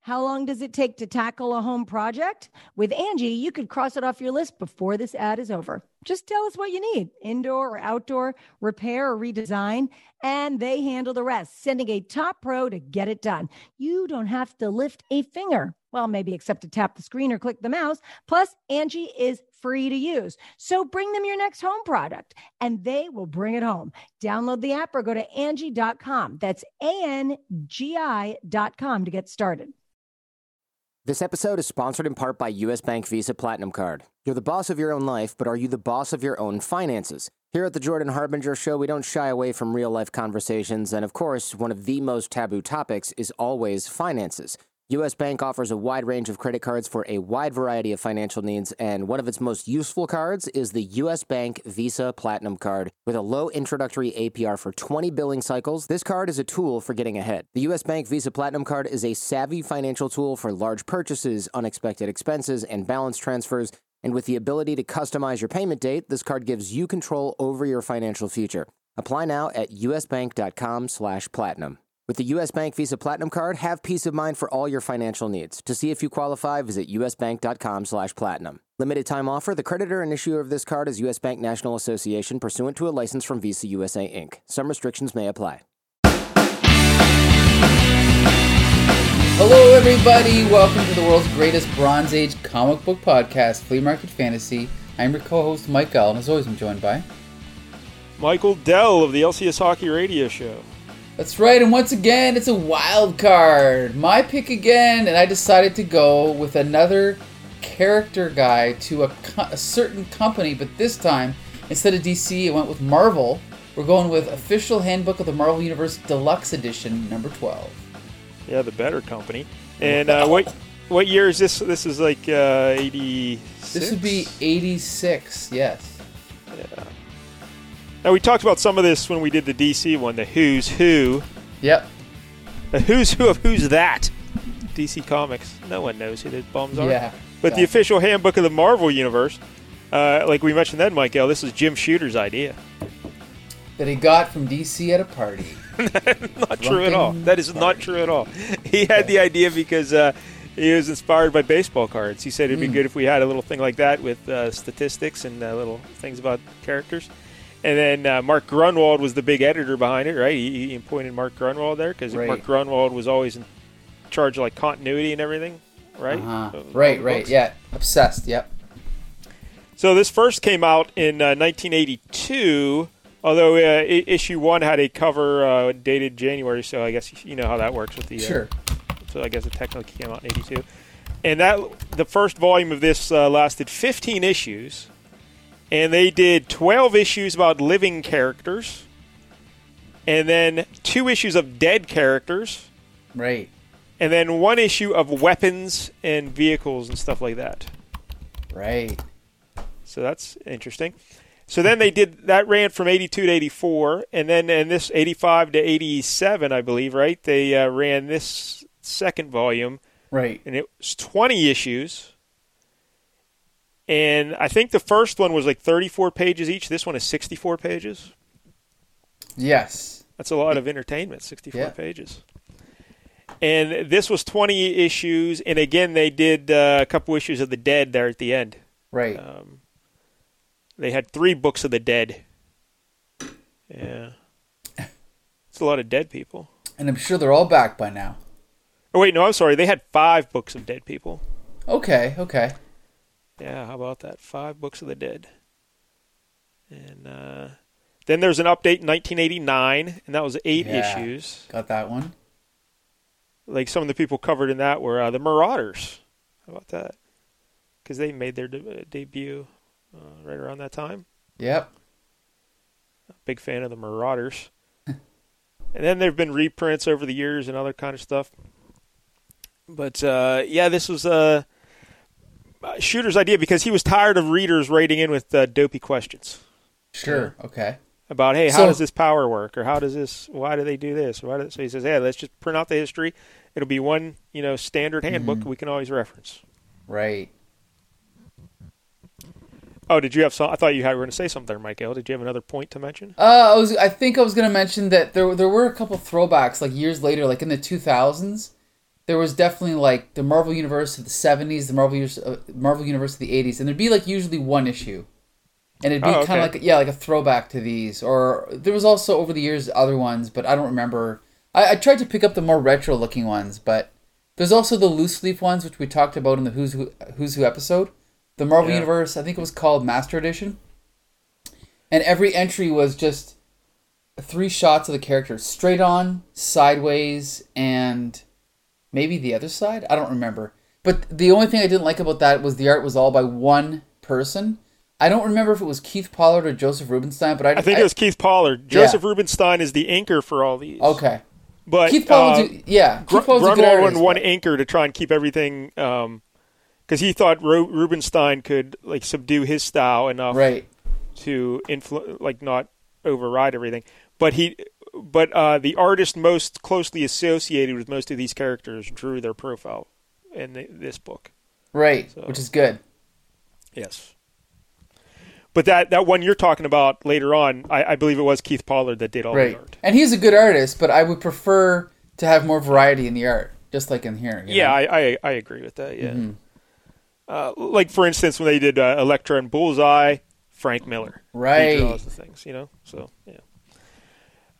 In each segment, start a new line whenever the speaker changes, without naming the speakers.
How long does it take to tackle a home project? With Angie, you could cross it off your list before this ad is over. Just tell us what you need indoor or outdoor, repair or redesign, and they handle the rest, sending a top pro to get it done. You don't have to lift a finger. Well, maybe except to tap the screen or click the mouse. Plus, Angie is free to use. So bring them your next home product and they will bring it home. Download the app or go to Angie.com. That's A N G I.com to get started.
This episode is sponsored in part by US Bank Visa Platinum Card. You're the boss of your own life, but are you the boss of your own finances? Here at the Jordan Harbinger Show, we don't shy away from real life conversations. And of course, one of the most taboo topics is always finances. US Bank offers a wide range of credit cards for a wide variety of financial needs, and one of its most useful cards is the US Bank Visa Platinum Card. With a low introductory APR for 20 billing cycles, this card is a tool for getting ahead. The US Bank Visa Platinum Card is a savvy financial tool for large purchases, unexpected expenses, and balance transfers. And with the ability to customize your payment date, this card gives you control over your financial future. Apply now at usbank.com/platinum. With the U.S. Bank Visa Platinum Card, have peace of mind for all your financial needs. To see if you qualify, visit usbank.com slash platinum. Limited time offer. The creditor and issuer of this card is U.S. Bank National Association pursuant to a license from Visa USA Inc. Some restrictions may apply.
Hello, everybody. Welcome to the world's greatest Bronze Age comic book podcast, Flea Market Fantasy. I'm your co-host, Mike Gall, and as always, I'm joined by...
Michael Dell of the LCS Hockey Radio Show.
That's right, and once again, it's a wild card. My pick again, and I decided to go with another character guy to a, co- a certain company, but this time, instead of DC, it went with Marvel. We're going with Official Handbook of the Marvel Universe Deluxe Edition, number 12.
Yeah, the better company. And uh, what what year is this? This is like uh, eighty.
This would be 86, yes.
Now we talked about some of this when we did the DC one, the Who's Who,
Yep.
the Who's Who of Who's That. DC Comics. No one knows who those bums are.
Yeah,
But
exactly.
the official handbook of the Marvel Universe, uh, like we mentioned then, Michael, this is Jim Shooter's idea.
That he got from DC at a party.
not true at all.
Drunken
That is not true at all. He had the idea because uh, he was inspired by baseball cards. He said it'd be
Hmm.
good if we had a little thing like that with uh, statistics and uh, little things about characters. And then uh, Mark Grunwald was the big editor behind it, right? He, he appointed Mark Grunwald there because
Right.
Mark Grunwald was always in charge of like continuity and everything, right? Of-
Uh-huh.
of
Right,
the
right,
books.
yeah. Obsessed, yep.
So this first came out in uh, 1982, although uh, i- issue one had a cover uh, dated January, so I guess you know how that works with the uh,
Sure.
so I guess it technically came out in '82. And that the first volume of this uh, lasted 15 issues, and they did 12 issues about living characters, and then two issues of dead characters,
Right.
and then one issue of weapons and vehicles and stuff like that.
Right.
So that's interesting. So then they did that ran from 82 to 84, and then in this 85 to 87, I believe, right? They uh, ran this second volume,
Right.
and it was 20 issues. And I think the first one was like 34 pages each. This one is 64 pages.
Yes.
That's a lot of entertainment, 64
Yeah.
pages. And this was 20 issues, and again, they did uh, a couple issues of the dead there at the end.
Right.
Um, they had three books of the dead. Yeah, it's a lot of dead people.
And I'm sure they're all back by now.
Oh wait, no, I'm sorry. They had five books of dead people.
Okay, okay.
Yeah, how about that? Five books of the dead. And uh, then there's an update in 1989, and that was eight
Yeah.
issues.
Got that one.
Like some of the people covered in that were uh, the Marauders. How about that? Because they made their de- debut uh, right around that time.
Yep.
big fan of the Marauders. and then there've been reprints over the years and other kind of stuff. But uh, yeah, this was uh, Shooter's idea because he was tired of readers rating in with uh, dopey questions
Sure. Okay.
about, hey, how
So-
does this power work, or how does this, why do they do this? Why do, so he says, hey, let's just print out the history. It'll be one, you know, standard handbook
Mm-hmm.
we can always reference.
Right.
Oh, did you have some? I thought you had, were going to say something there, Michael. Did you have another point to mention?
Uh, I was. I think I was gonna mention that there there were a couple throwbacks like years later, like in the 2000s. there was definitely like the Marvel Universe of the 70s, the Marvel, Universe- uh, Marvel Universe of the 80s, and there'd be like usually one issue. And it'd be
Oh, okay.
kind of like, yeah, like a throwback to these. Or there was also over the years other ones, but I don't remember. I, I tried to pick up the more retro looking ones, but there's also the loose leaf ones, which we talked about in the Who's Who, Who's Who episode. The Marvel
Yeah.
Universe, I think it was called Master Edition. And every entry was just three shots of the character straight on, sideways, and maybe the other side. I don't remember. But the only thing I didn't like about that was the art was all by one person. I don't remember if it was Keith Pollard or Joseph Rubinstein, but I,
I think it was Keith Pollard.
Yeah.
Joseph Rubinstein is the anchor for all these.
okay.
but
Keith Pollard,
uh,
yeah,
Gr-
Keith Pollard's a good
Grunwald
artist,
wanted one
but-
anchor to try and keep everything, because he thought Ru- Rubinstein could like subdue his style enough
right.
to influ- like not override everything. But he, but uh, the artist most closely associated with most of these characters drew their profile in the, this book.
Right,
So-
which is good.
Yes. But that, that one you're talking about later on, I, I believe it was Keith Pollard that did all the
Right.
art.
And he's a good artist, but I would prefer to have more variety in the art, just like in here. you
Yeah,
know? Mm-hmm.
I, I I agree with that. Yeah, uh, like for instance, when they did uh, Electra and Bullseye, Frank Miller, He
Right.
draws the things, you know. So yeah.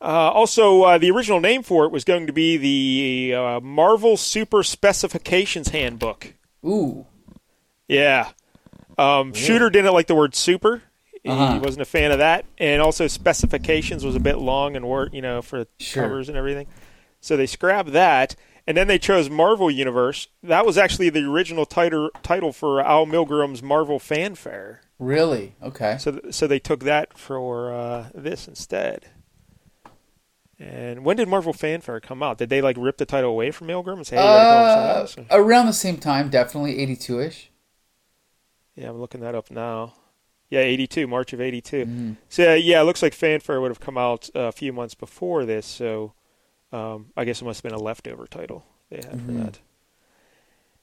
Uh, also, uh, the original name for it was going to be the uh, Marvel Super Specifications Handbook.
Ooh.
Yeah. Um, Shooter didn't like the word super. He
Uh-huh.
wasn't a fan of that, and also specifications was a bit long and work, you know, for
Sure.
covers and everything. So they scrapped that, and then they chose Marvel Universe. That was actually the original title title for Al Milgram's Marvel Fanfare.
Really? Okay.
So th- so they took that for uh, this instead. And when did Marvel Fanfare come out? Did they like rip the title away from Milgram and say, "Hey, you gotta call him something
Uh,
else?" Or-
around the same time, definitely 82 ish.
Yeah, I'm looking that up now. Yeah, 82, March of 82. So, uh, yeah, it looks like Fanfare would have come out uh, a few months before this, so um, I guess it must have been a leftover title they had for that.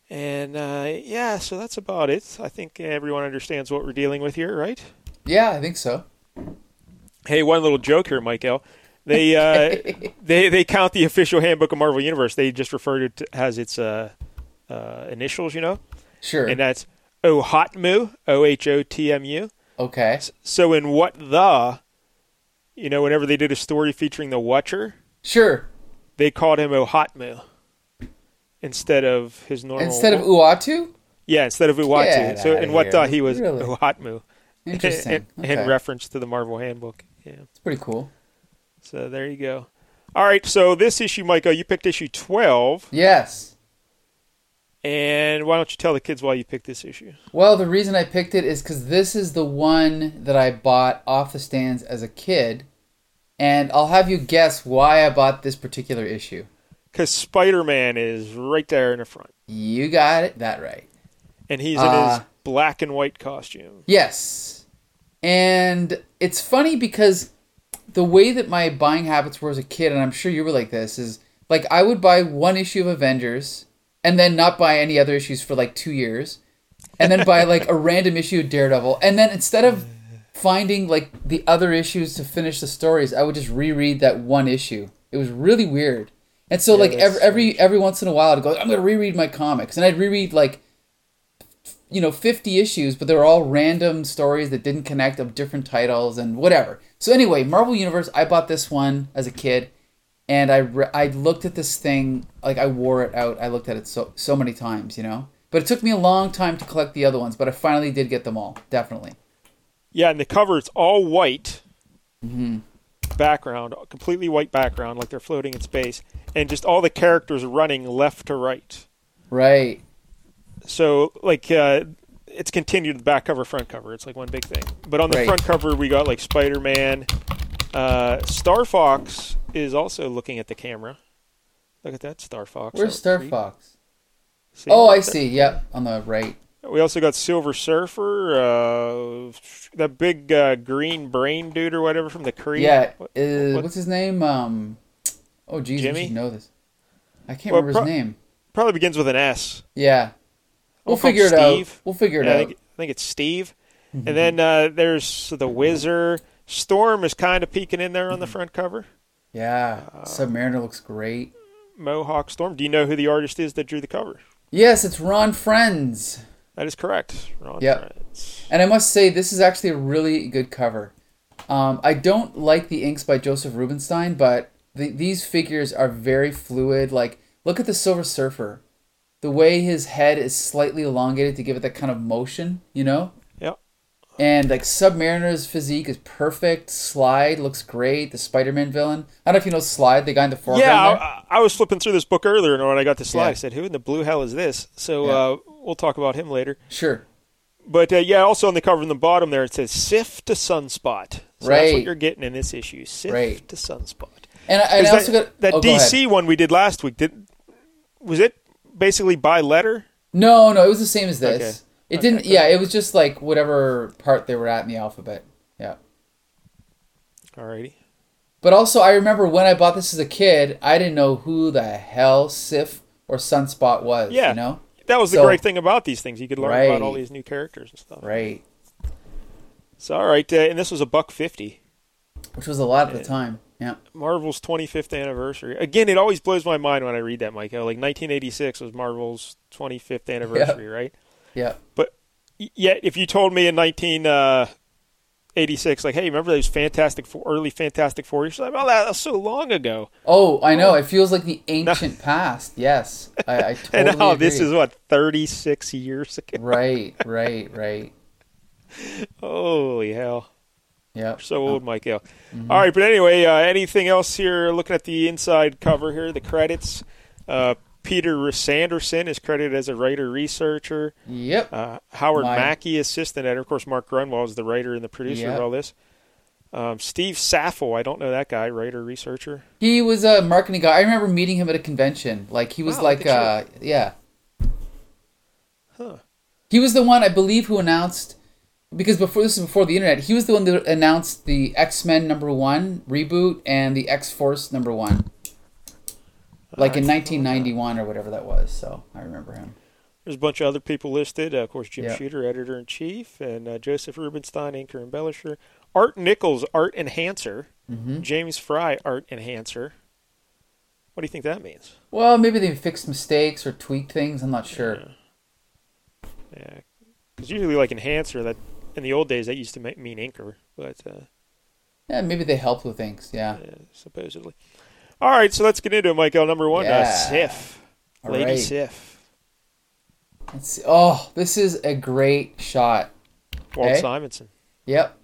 And, uh, yeah, so that's about it. I think everyone understands what we're dealing with here, right?
Yeah, I think so.
Hey, one little joke here, Michael. They uh, they they count the official handbook of Marvel Universe. They just refer to it as its uh, uh, initials, you know,
Sure.
and that's OHOTMU, O H O T M U.
okay.
So in what the, you know, whenever they did a story featuring the Watcher,
Sure.
they called him Ohatmu instead of his normal.
Instead of Uatu?
yeah, instead of Uatu.
Get
so
outta
in what the
here.
he was
Really?
Ohatmu.
Interesting.
In,
Okay.
in reference to the Marvel Handbook. Yeah.
It's pretty cool.
So there you go. All right. So this issue, Michael, you picked issue twelve,
Yes.
and why don't you tell the kids why you picked this issue?
Well, the reason I picked it is because this is the one that I bought off the stands as a kid. And I'll have you guess why I bought this particular issue.
Because Spider Man is right there in the front,
You got it that right.
and he's in
Ah.
his black and white costume.
Yes. And it's funny because the way that my buying habits were as a kid, and I'm sure you were like this, is like I would buy one issue of Avengers and then not buy any other issues for like two years, and then buy like a random issue of Daredevil. And then instead of finding like the other issues to finish the stories, I would just reread that one issue. It was really weird. And so like every, every every once in a while I'd go, I'm gonna reread my comics. And I'd reread like you know 50 issues but they were all random stories that didn't connect of different titles and whatever so anyway marvel universe i bought this one as a kid and i re- i looked at this thing like i wore it out i looked at it so so many times you know but it took me a long time to collect the other ones but i finally did get them all definitely
Yeah, and the cover it's all white
Mm-hmm.
background, completely white background, like they're floating in space, and just all the characters running left to right.
right
So like uh, it's continued the back cover, front cover. It's like one big thing. But on the
Right.
front cover, we got like Spider Man. Uh, Star Fox is also looking at the camera. Look at that, Star Fox.
where's
That
star
was sweet.
fox
See,
oh i
that-
see yep on the right
We also got Silver Surfer, uh, that big uh, green brain dude or whatever from the Creed.
yeah
What-
uh,
what-
what's his name um oh geez you
Jimmy?
should know this i can't
Well,
remember
pro-
his name
probably begins with an S.
yeah
I'll
we'll
call him
figure it out
Steve.
we'll figure it
Yeah, I,
out
think, I think it's Steve. And then uh, there's the Wizard. Storm is kind of peeking in there on the front cover.
Yeah, Submariner looks great.
Mohawk Storm. Do you know who the artist is that drew the cover?
Yes, it's Ron Friends.
That is correct. Ron
Yep.
Friends.
And I must say, this is actually a really good cover. Um, I don't like the inks by Joseph Rubinstein, but the, these figures are very fluid. Like, look at the Silver Surfer. The way his head is slightly elongated to give it that kind of motion, you know?
Yep.
And like Submariner's physique is perfect. Slide looks great. The Spider Man villain. I don't know if you know Slide, the guy in the foreground.
Yeah,
there.
I, I was flipping through this book earlier, and when I got to slide,
Yeah.
I said, "Who in the blue hell is this?" So
Yeah.
uh, we'll talk about him later.
sure.
But uh, yeah, also on the cover in the bottom there, it says "Sift to Sunspot." So That's
Right.
what you're getting in this issue. Sift
Right.
to Sunspot.
And I, and I
Is
also
that
got
that
oh, go ahead.
DC one we did last week did was it basically by letter?
No, no, it was the same as this.
Okay.
It didn't. Yeah, it was just like whatever part they were at in the alphabet. Yeah.
Alrighty.
But also, I remember when I bought this as a kid, I didn't know who the hell Sif or Sunspot was.
Yeah.
You know.
That was the
So-
great thing about these things. You could learn about all
Right.
these new characters and stuff.
Right.
So all right, uh, and this was a buck fifty.
Which was a lot at the time. Yeah.
Marvel's 25th anniversary. Again, it always blows my mind when I read that, Mike. Like 1986 was Marvel's 25th anniversary, right?
Yeah.
But y- yet, if you told me in 1986, like, hey, remember those Fantastic Four, early Fantastic Four issues? I'm like, oh, that was so long ago.
Oh, I know. It feels like the ancient past. Yes. I, I totally.
And now this
agree.
is what 36 years ago.
Right. Right. Right.
Holy hell!
Yeah.
So old, Mike. L.
Mm-hmm.
All right, but anyway, uh, anything else here? Looking at the inside cover here, the credits. Uh, Peter Sanderson is credited as a writer researcher.
Yep.
Uh, Howard
Mine.
Mackey, assistant editor. Of course, Mark Grunwald is the writer and the producer
Yeah.
of all this. Um, Steve Saffel, I don't know that guy, writer, researcher.
He was a marketing guy. I remember meeting him at a convention. Like he was
Wow,
like
look
uh
at
yeah.
Huh.
He was the one I believe who announced because before this is before the internet, he was the one that announced the X Men number one reboot and the X Force number one. Like in nineteen ninety one or whatever that was, so I remember him.
There's a bunch of other people listed. Uh, of course, Jim
Yeah.
Shooter, editor in chief, and uh, Joseph Rubinstein, anchor embellisher. Art Nichols, art enhancer.
Mm-hmm.
James Fry, art enhancer. What do you think that means?
Well, maybe they fixed mistakes or tweaked things, I'm not sure.
Yeah, because usually, like enhancer, that in the old days that used to ma- mean anchor, but uh,
Yeah, maybe they helped with things, yeah.
uh, supposedly. All right, so let's get into it, Michael. Number one, uh,
Yeah.
Sif,
All
Lady
right.
Sif,
Let's see. Oh, this is a great shot.
Walt
Hey.
Simonson.
Yep.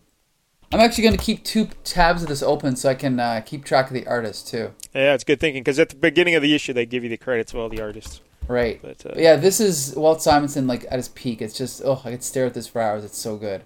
I'm actually going to keep two tabs of this open so I can uh, keep track of the artist too.
Yeah, it's good thinking because at the beginning of the issue they give you the credits of all the artists.
Right.
But,
But,
uh,
yeah, this is Walt Simonson like at his peak. It's just oh, I could stare at this for hours. It's so good.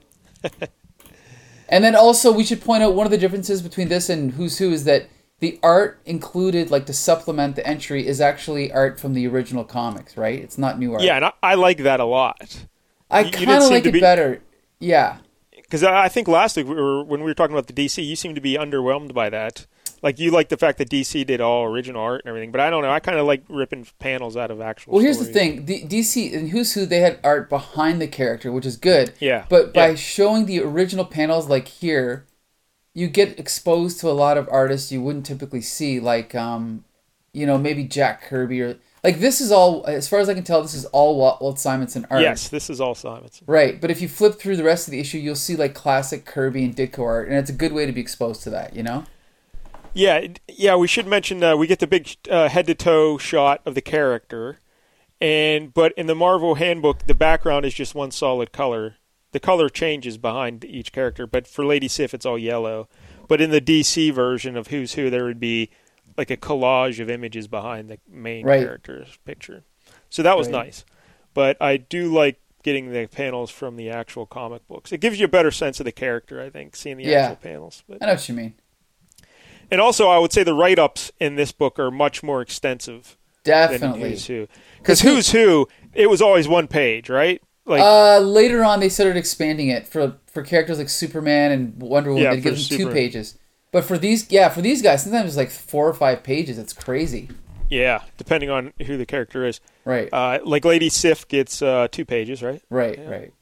and then also we should point out one of the differences between this and Who's Who is that the art included like to supplement the entry is actually art from the original comics, right? It's not new art.
Yeah, and I, I like that a lot.
I
you- you didn't
kind of
seem
like
to
it
be-
better. Yeah.
Because I I think last week we were, when we were talking about the DC, you seemed to be underwhelmed by that. Like you like the fact that DC did all original art and everything, but I don't know. I kind of like ripping panels out of actual.
Well, here's the
stories.
thing: D- DC and Who's Who they had art behind the character, which is good.
Yeah.
But by
Yeah.
showing the original panels, like here, you get exposed to a lot of artists you wouldn't typically see, like um, you know, maybe Jack Kirby or like this is all, as far as I can tell, this is all Walt, Walt Simonson art.
Yes, this is all Simonson.
Right, but if you flip through the rest of the issue, you'll see like classic Kirby and Ditko art, and it's a good way to be exposed to that, you know?
Yeah, it- yeah. We should mention uh, we get the big uh, head to toe shot of the character, and but in the Marvel handbook, the background is just one solid color. The color changes behind each character, but for Lady Sif, it's all yellow. But in the DC version of Who's Who, there would be like a collage of images behind the main
Right.
character's picture. So that was
Right.
nice. But I do like getting the panels from the actual comic books. It gives you a better sense of the character, I think, seeing the
Yeah.
actual panels. But
I know what you mean.
and also, I would say the write ups in this book are much more extensive than in
Definitely.
Who's Who. Because Who's Who, it was always one page, right? Like,
Uh, later on, they started expanding it for for characters like Superman and Wonder Woman.
Yeah,
they give them
for
two
Superman.
pages, but for these, yeah, for these guys, sometimes it's like four or five pages. It's crazy,
yeah, depending on who the character is.
right?
Uh, like, Lady Sif gets uh, two pages, right?
right, right,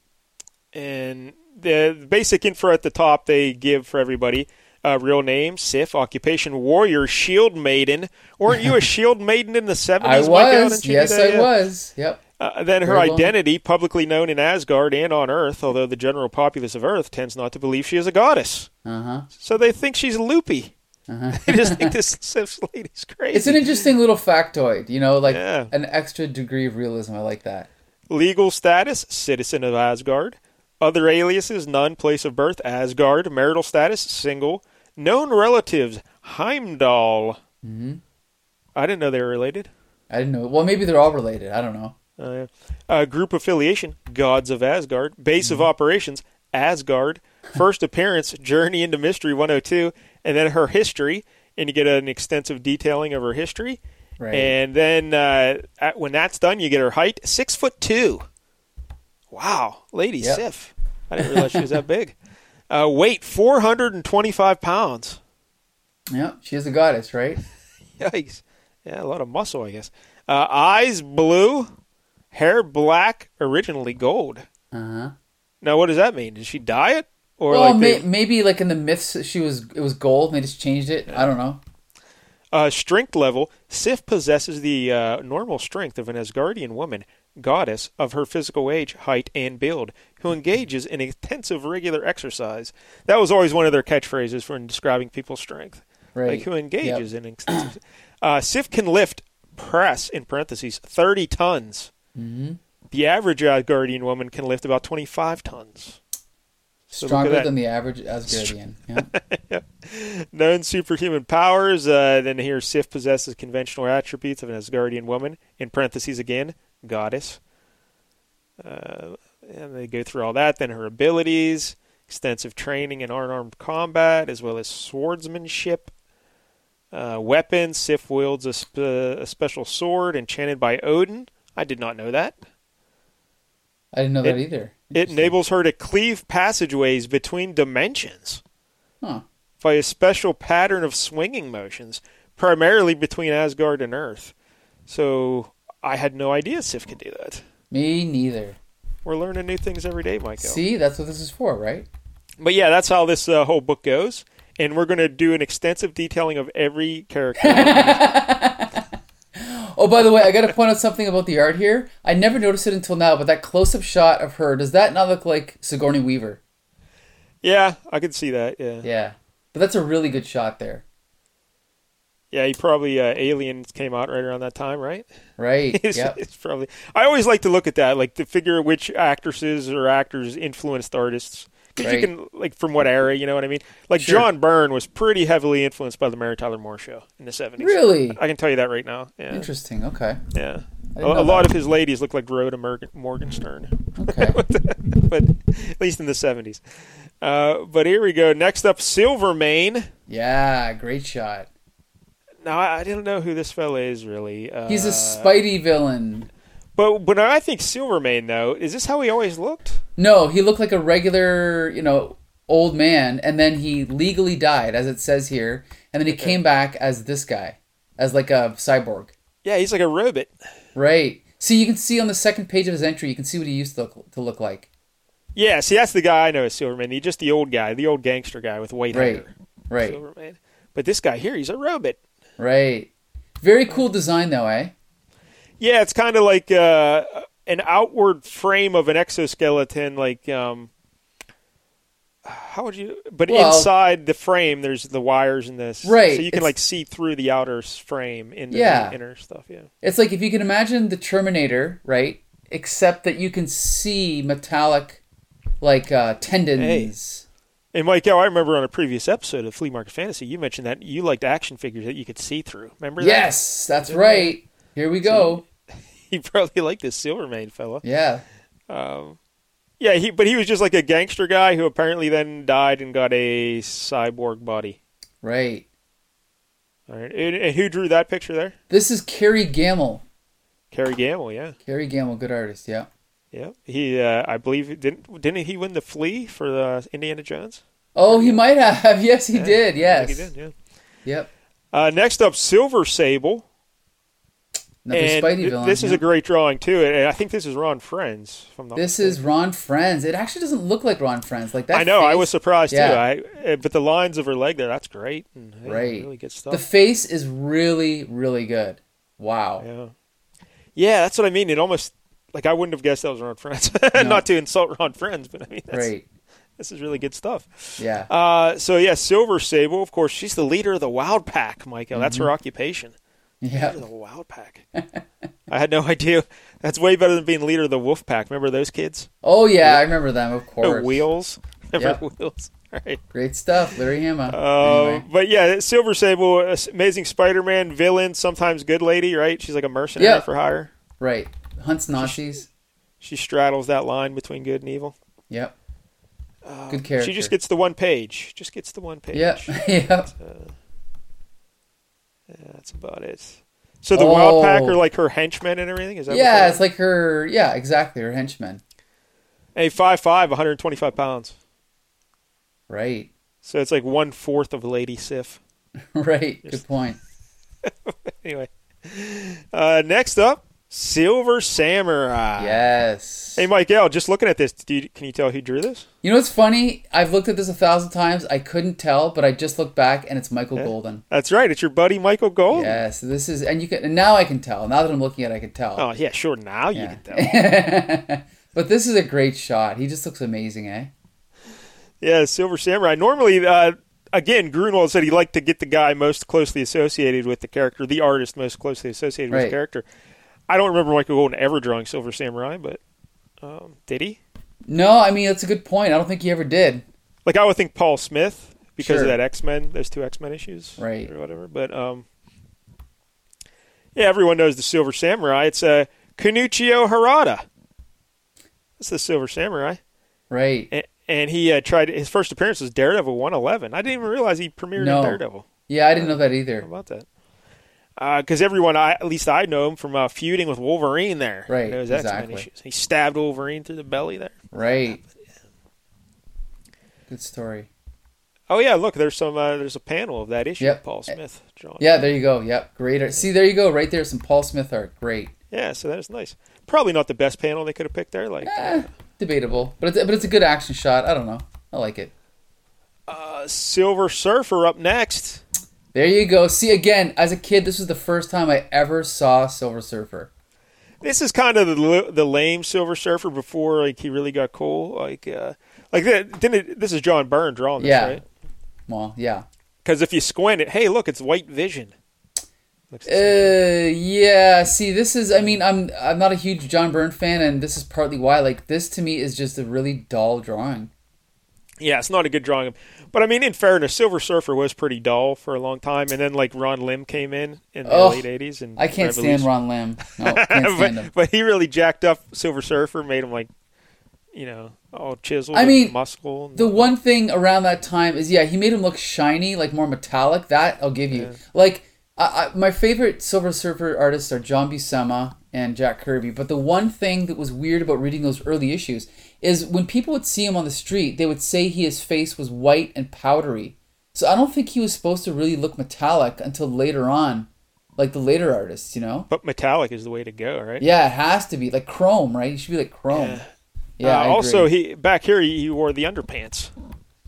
And the the basic info at the top they give for everybody. uh, real name, Sif, occupation, warrior, shield maiden. Weren't you a shield maiden in the 70s?
I
Mike Allen? Didn't
was.
you do
Yes,
that?
I
Yeah.
was. Yep.
Uh, then her
Very well.
identity, publicly known in Asgard and on Earth, although the general populace of Earth tends not to believe she is a goddess.
Uh huh.
So they think she's loopy. they just think this Sif lady's crazy.
Uh-huh. It's an interesting little factoid, you know, like
Yeah.
an extra degree of realism. I like that.
Legal status, citizen of Asgard. Other aliases, none. Place of birth, Asgard. Marital status, single. Known relatives, Heimdall. Mm-hmm. I didn't know they were related.
I didn't know. Well, maybe they're all related. I don't know.
Uh, uh, group affiliation, Gods of Asgard. Base of
Mm-hmm.
operations, Asgard. First appearance, Journey into Mystery 102. And then her history. And you get an extensive detailing of her history.
Right.
And then uh, at, when that's done, you get her height six foot two. Wow, Lady
Yep.
Sif. I didn't realize she was that big. Uh, weight 425 pounds.
Yeah, she is a goddess, right?
Yikes. Yeah, a lot of muscle, I guess. Uh, eyes blue, hair black, originally gold.
Uh huh.
Now, what does that mean? Did she dye it? Or
Well,
like
may-
they-
maybe like in the myths, she was it was gold, and they just changed it. I don't know.
uh, strength level, Sif possesses the uh, normal strength of an Asgardian woman, goddess of her physical age, height, and build, who engages in intensive regular exercise. That was always one of their catchphrases for describing people's strength.
Right.
Like who engages in extensive. uh, Sif can lift, press, in parentheses, 30 tons. Mm-hmm. The average Asgardian woman can lift about 25 tons. look at
Stronger
that.
than the average Asgardian. Yeah.
Known superhuman powers. Uh, then here, Sif possesses conventional attributes of an Asgardian woman. In parentheses again, goddess. Uh, and they go through all that. Then her abilities, extensive training in unarmed combat, as well as swordsmanship. Uh, weapons. Sif wields a, sp- a special sword enchanted by Odin. I did not know that.
I didn't know
It-
that either.
It
Interesting.
enables her to cleave passageways between dimensions.
Huh.
by a special pattern of swinging motions, primarily between Asgard and Earth. So I had no idea Sif could do that.
Me neither.
We're learning new things every day, Michael.
See, that's what this is for, right?
But yeah, that's how this uh, whole book goes. And we're going to do an extensive detailing of every character.
Oh, by the way, I got to point out something about the art here. I never noticed it until now, but that close-up shot of her does that not look like Sigourney Weaver?
yeah, I could see that. Yeah, yeah.
Yeah, but that's a really good shot there,
he probably uh, Aliens came out right around that time, right?
right?
It's,
yep.
it's probably. I always like to look at that, like to figure which actresses or actors influenced artists. 'Cause
Right.
you can, like, from what era, you know what I mean? Like,
Sure.
John Byrne was pretty heavily influenced by the Mary Tyler Moore show in the 70s.
Really
I can tell you that right now. Yeah.
interesting. Okay.
Yeah. A,
know
a lot
that.
of his ladies look like Rhoda Morgan, Morgenstern,
Okay.
but at least in the 70s. Uh, but here we go. Next up, Silvermane.
yeah, great shot.
Now, I, I don't know who this fella is, really. Uh,
He's a Spidey villain.
But when I think Silvermane, though, is this how he always looked?
No, he looked like a regular, you know, old man, and then he legally died, as it says here, and then he came back as this guy, as like a cyborg.
Yeah, he's like a robot.
Right. See, you can see on the second page of his entry, you can see what he used to look, to look like.
Yeah, see, that's the guy I know as Silverman. He just the old guy, the old gangster guy with white
Right.
hair.
Right.
Silverman. But this guy here, he's a robot.
Right. Very cool design, though, eh?
Yeah, it's kind of like uh, an outward frame of an exoskeleton, like um, how would you? But
Well-
inside the frame, there's the wires and this,
Right,
So you can
it's-
like see through the outer s- frame into
Yeah.
the inner stuff. Yeah,
It's like if you can imagine the Terminator, right? Except that you can see metallic, like uh, tendons.
and Mike, oh, I remember on a previous episode of Flea Market Fantasy, you mentioned that you liked action figures that you could see through. Remember?
Yes, that's right. Here we go.
that? you probably liked this Silvermane fella.
Yeah.
Um, yeah, he but he was just like a gangster guy who apparently then died and got a cyborg body.
Right.
All right, and, and who drew that picture there?
This is Kerry Gamble.
Cary Gamble, yeah,
Kerry Gamble, good artist. Yeah.
yeah. He, uh, I believe, didn't didn't he win the flea for the Indiana Jones?
Oh, he might have. Yes, he did.
I
Yes.
think he did. Yeah.
Yep.
Uh, next up, Silver Sable.
Another
and
Spidey
th-
villain.
this is
yeah.
a great drawing too, and I think this is Ron Friends from the.
This is Ron Friends. It actually doesn't look like Ron Friends. Like that.
I know. I
face-
was surprised
Yeah.
too. I uh, but the lines of her leg there—that's great. And, yeah,
Right.
Really good stuff.
The face is really, really good. Wow.
Yeah. Yeah, that's what I mean. It almost like I wouldn't have guessed that was Ron Friends. Not to insult Ron Friends, but I mean that's,
Great.
this is really good stuff.
Yeah.
Uh, so yeah, Silver Sable, of course, she's the leader of the Wild Pack, Michael. That's
Mm-hmm.
her occupation.
yeah.
Leader of the Wild Pack. I had no idea. That's way better than being leader of the Wolf Pack. Remember those kids?
Oh yeah, I remember them. Of
The
course.
wheels. Remember
Yep.
wheels? All right.
Great stuff, Larry Hama.
Uh,
anyway.
But yeah, Silver Sable, amazing Spider-Man villain, sometimes good lady, right? She's like a mercenary
Yeah.
for hire.
Right. Hunts Nazis.
She straddles that line between good and evil.
Yep. Good character.
Oh, She just gets the one page. Just gets the one page.
Yep. yep.
That's about it. So the Wild Pack are like her henchmen and everything. Is that? what they
Oh. Yeah,
are?
it's like her. Yeah, exactly. Her henchmen.
hey, five five, 125 pounds.
Right.
So it's like one fourth of Lady Sif.
right. Good point.
Anyway, uh, next up, Silver Samurai.
Yes.
ah. Hey, Mike L. Just looking at this, do you, can you tell who drew this?
You know what's funny? I've looked at this a thousand times. I couldn't tell, but I just looked back and it's Michael Golden.
That's right. It's your buddy Michael Gold.
Yes, this is, and you can and now I can tell. Now that I'm looking at, it, I can tell.
Oh yeah, sure. Now you can tell.
But this is a great shot. He just looks amazing, eh?
Yeah, Silver Samurai. Normally, uh, again, Grunwald said he liked to get the guy most closely associated with the character, the artist most closely associated with
Right.
the character. I don't remember Michael Golden ever drawing Silver Samurai, but um, did he?
No, I mean that's a good point. I don't think he ever did.
Like I would think Paul Smith because
Sure.
of that X Men, those two X Men issues,
Right.
or whatever. But um, yeah, everyone knows the Silver Samurai. It's uh, Kanuchio Harada. That's the Silver Samurai.
Right?
A- and he uh, tried his first appearance was Daredevil 111. I didn't even realize he premiered
No.
in Daredevil.
Yeah, I didn't know that either.
How about that? Because everyone, I, at least I know him from uh, feuding with Wolverine there.
Right,
Knows X-Men
exactly.
issues. He stabbed Wolverine through the belly there.
Right. Good story.
Oh yeah, look, there's some uh, there's a panel of that issue.
Yep.
Paul Smith drawing.
Yeah, there you go. Yep, great art. See, there you go. Right there, some Paul Smith art. Great.
Yeah, so that is nice. Probably not the best panel they could have picked there. Like,
Eh, debatable, but it's but it's a good action shot. I don't know. I like it.
uh, Silver Surfer up next.
There you go. See again, as a kid, this was the first time I ever saw Silver Surfer.
this is kind of the l- the lame Silver Surfer before like he really got cool. Like uh, like that, didn't it, this is John Byrne drawing this,
Yeah.
right?
Well, yeah.
Because if you squint it, hey, look, it's White Vision. Looks the same.
Uh, yeah. See, this is. I mean, I'm I'm not a huge John Byrne fan, and this is partly why. Like, this to me is just a really dull drawing.
yeah, it's not a good drawing, but I mean, in fairness, Silver Surfer was pretty dull for a long time, and then like Ron Lim came in in the
Ugh,
late '80s, and
I can't stand
revolution-
Ron Lim. No, can't stand him.
but, but he really jacked up Silver Surfer, made him like, you know, all chiseled,
I
and
mean,
muscle. and-
The one thing around that time is yeah, he made him look shiny, like more metallic. That I'll give you. Like I, I, my favorite Silver Surfer artists are John Buscema and Jack Kirby. But the one thing that was weird about reading those early issues is when people would see him on the street, they would say he, his face was white and powdery. So I don't think he was supposed to really look metallic until later on, like the later artists, you know.
but metallic is the way to go, right?
Yeah, it has to be like chrome, right? He should be like chrome. Yeah. I
uh,
agree.
also, he back here he, he wore the underpants.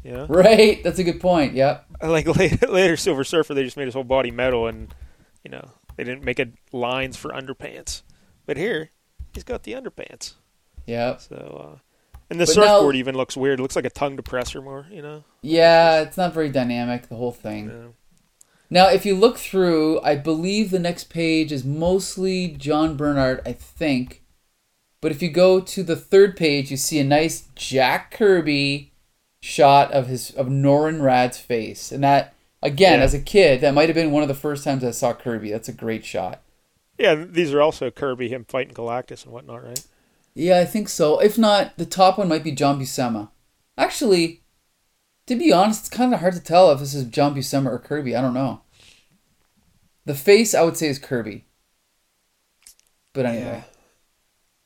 You know,
right. That's a good point. Yep.
like later, later Silver Surfer, they just made his whole body metal, and you know they didn't make it lines for underpants. But here, he's got the underpants.
Yep.
So, uh, and the
But now-
surfboard even looks weird. It looks like a tongue depressor more. You know,
Yeah, it's not very dynamic, the whole thing.
No.
Now, if you look through, I believe the next page is mostly John Bernard, I think. But if you go to the third page, you see a nice Jack Kirby shot of his of Norrin Rad's face. And that again,
Yeah.
as a kid, that might have been one of the first times I saw Kirby. That's a great shot.
yeah. These are also Kirby him fighting Galactus and whatnot, right?
Yeah, I think so. If not, the top one might be John Buscema. Actually, to be honest, it's kind of hard to tell if this is John Buscema or Kirby. I don't know. The face, I would say, is Kirby. But anyway,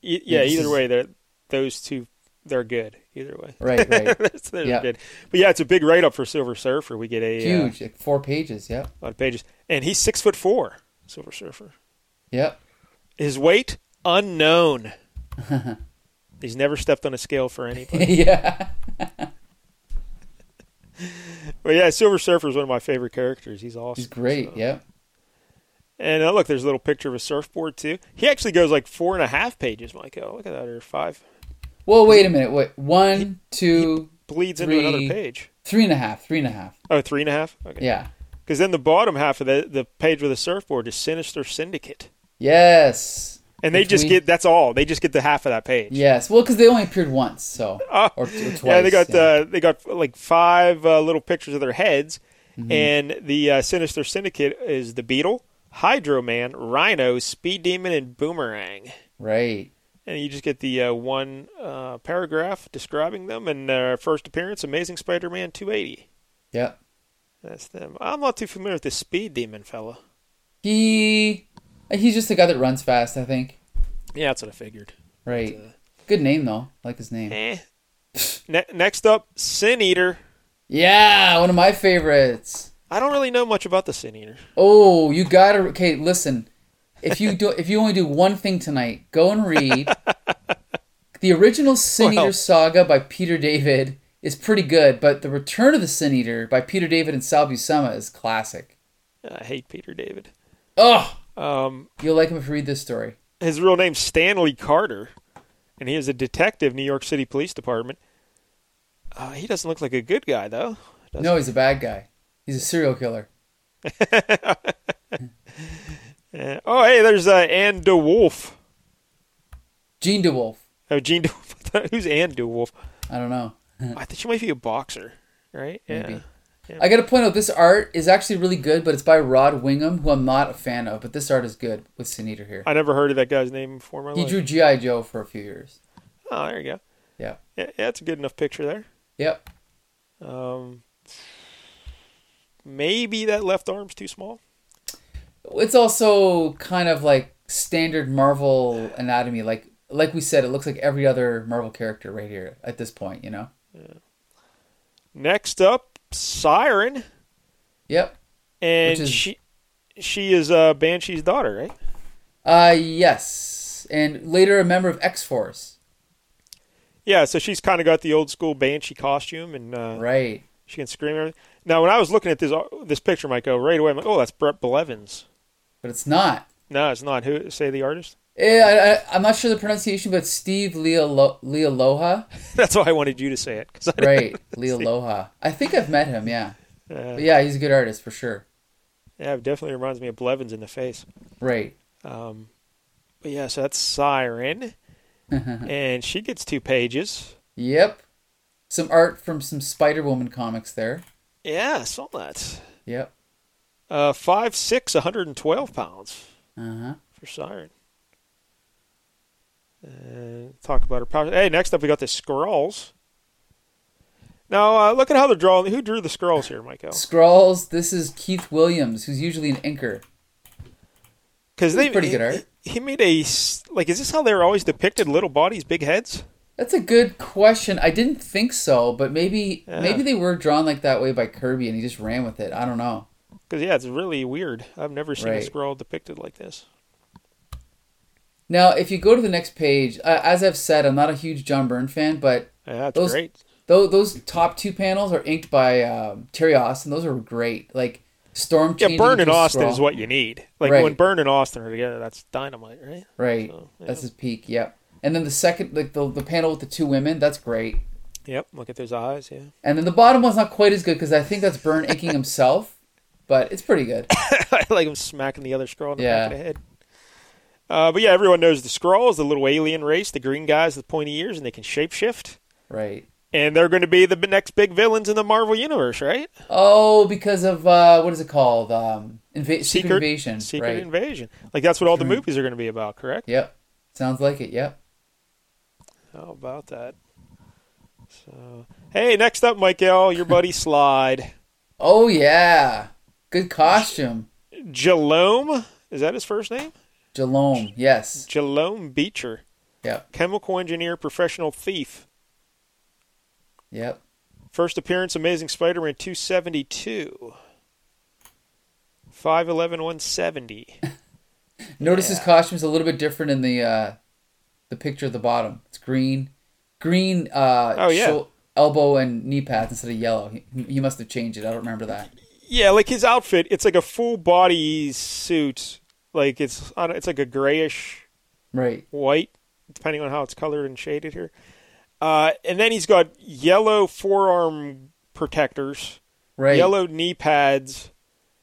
E- yeah.
this
Either
is-
way, they're, those two they're good. Either way,
right, right.
That's- they're
Yeah.
good. But yeah, it's a big write up for Silver Surfer. We get a uh,
Huge, like four pages. Yep,
lot of pages, and he's six foot four. Silver Surfer.
yep.
His weight unknown. He's never stepped on a scale for anybody.
yeah.
But yeah, Silver Surfer is one of my favorite characters. He's awesome.
He's great.
so.
Yep.
And uh, look, there's a little picture of a surfboard too. He actually goes like four and a half pages, Michael. Look at that, or five.
Well, wait a minute. Wait. One, two,
Bleeds
Three.
into another page.
three and a half. Three and a half.
Oh, three and a half. Okay.
Yeah.
Because then the bottom half of the the page with the surfboard is Sinister Syndicate,
Yes.
and they
Which
just
we-
get that's all. They just get the half of that page.
Yes. Well, because they only appeared once, so
Oh.
or, or twice.
yeah, they got Uh, they got like five uh, little pictures of their heads, and the uh, Sinister Syndicate is the Beetle, Hydro Man, Rhino, Speed Demon, and Boomerang.
right.
And you just get the uh, one uh, paragraph describing them and their first appearance, Amazing Spider-Man 280.
Yep.
That's them. I'm not too familiar with this Speed Demon fella.
He he's just the guy that runs fast. I think.
Yeah, that's what I figured.
Right. Good name though. I like his name.
Eh. ne- next up, Sin Eater.
Yeah, one of my favorites.
I don't really know much about the Sin Eater.
Oh, you gotta. Okay, listen. If you do, if you only do one thing tonight, go and read the original Sin
Well.
Eater saga by Peter David is pretty good, but the Return of the Sin Eater by Peter David and Sal Buscema is classic.
I hate Peter David.
Oh,
Um,
you'll like him if you read this story.
his real name's Stanley Carter, and he is a detective, New York City Police Department. Uh, he doesn't look like a good guy, though. does
No, he's a bad guy. He's a serial killer.
he? Uh, oh, hey, there's uh, Anne DeWolf.
Gene DeWolf.
Oh, Gene DeWolf. Who's Anne DeWolf?
I don't know.
I think she might be a boxer, right? Yeah.
Uh-huh. Maybe. I gotta point out this art is actually really good, but it's by Rod Wingham, who I'm not a fan of. But this art is good with Sin Eater here.
I never heard of that guy's name before in my
He
life.
drew GI Joe for a few years.
oh, there you go.
Yeah.
Yeah, yeah, that's a good enough picture there.
Yep.
Um, maybe that left arm's too small.
It's also kind of like standard Marvel anatomy. Like like we said, it looks like every other Marvel character right here at this point. You know.
Next up, Siren,
Yep.
and
Which is-
she she is uh, Banshee's daughter, right?
Uh yes. And later a member of X Force.
Yeah, so she's kind of got the old school Banshee costume, and uh,
Right.
she can scream. And everything. Now, when I was looking at this uh, this picture, Michael, right away, I'm like, oh, that's Brett Blevins.
But it's not.
No, it's not. Who say the artist?
Eh, I, I, I'm not sure the pronunciation, but Steve Lealo- Lealoha.
That's why I wanted you to say it. 'cause I didn't-
Right. Lealoha. I think I've met him. Yeah.
Uh,
But yeah, he's a good artist for sure.
yeah, it definitely reminds me of Blevins in the face.
Right.
Um, but yeah, so that's Siren, and she gets two pages.
Yep. Some art from some Spider Woman comics there.
Yeah, I saw that.
Yep.
Uh, five six, 112 pounds
Uh huh.
for Siren. Uh, talk about her powers. Hey, next up we got the Skrulls. Now uh, look at how they're drawing. Who drew the Skrulls here, Michael?
Scrawls. This is Keith Williams, who's usually an inker.
Because they
Pretty good art.
He, he made a s- like. Is this how they're always depicted? Little bodies, big heads.
That's a good question. I didn't think so, but maybe maybe they were drawn like that way by Kirby, and he just ran with it. I don't know.
Because yeah, it's really weird. I've never seen a
Right.
Skrull depicted like this.
Now, if you go to the next page, uh, as I've said, I'm not a huge John Byrne fan, but
Yeah, that's
Those-
great.
though those top two panels are inked by um, Terry Austin. Those are great. Like Storm.
Yeah,
changing
Burn
into
and
a
Austin is
Skrull.
what you need. Like
Right.
when Burn and Austin are together, that's dynamite, right?
Right.
So, Oh, yeah.
That's his peak. Yep. And then the second, like the, the panel with the two women, that's great.
Yep. Look at those eyes. Yeah.
And then the bottom one's not quite as good because I think that's Byrne inking himself, but it's pretty good.
I like him smacking the other Skrull in the
Yeah.
back of the head. Uh, but yeah, everyone knows the Skrulls, the little alien race, the green guys with pointy ears, and they can shapeshift.
Right.
And they're going to be the b- next big villains in the Marvel universe, right?
Oh, because of uh, what is it called? Um, inva- secret, invasion.
Secret
right.
invasion. Like that's what all the movies are going to be about, correct?
yep. Sounds like it. Yep.
How about that? So, hey, next up, Michael, your buddy Slide.
Oh yeah. Good costume.
Jalome, is that his first name?
Jalome. Yes.
Jalome Beecher,
Yep.
chemical engineer, professional thief.
Yep.
First appearance, Amazing Spider-Man 272. 5'11", 170.
Notice his costume's a little bit different in the uh, the picture at the bottom. It's green, green. Uh,
Oh, yeah.
shou- elbow and knee pads instead of yellow. He, he must have changed it. I don't remember that.
Yeah, like his outfit, it's like a full body suit. Like it's I don't- it's like a grayish
Right.
white, depending on how it's colored and shaded here. Uh, and then he's got yellow forearm protectors,
Right.
yellow knee pads,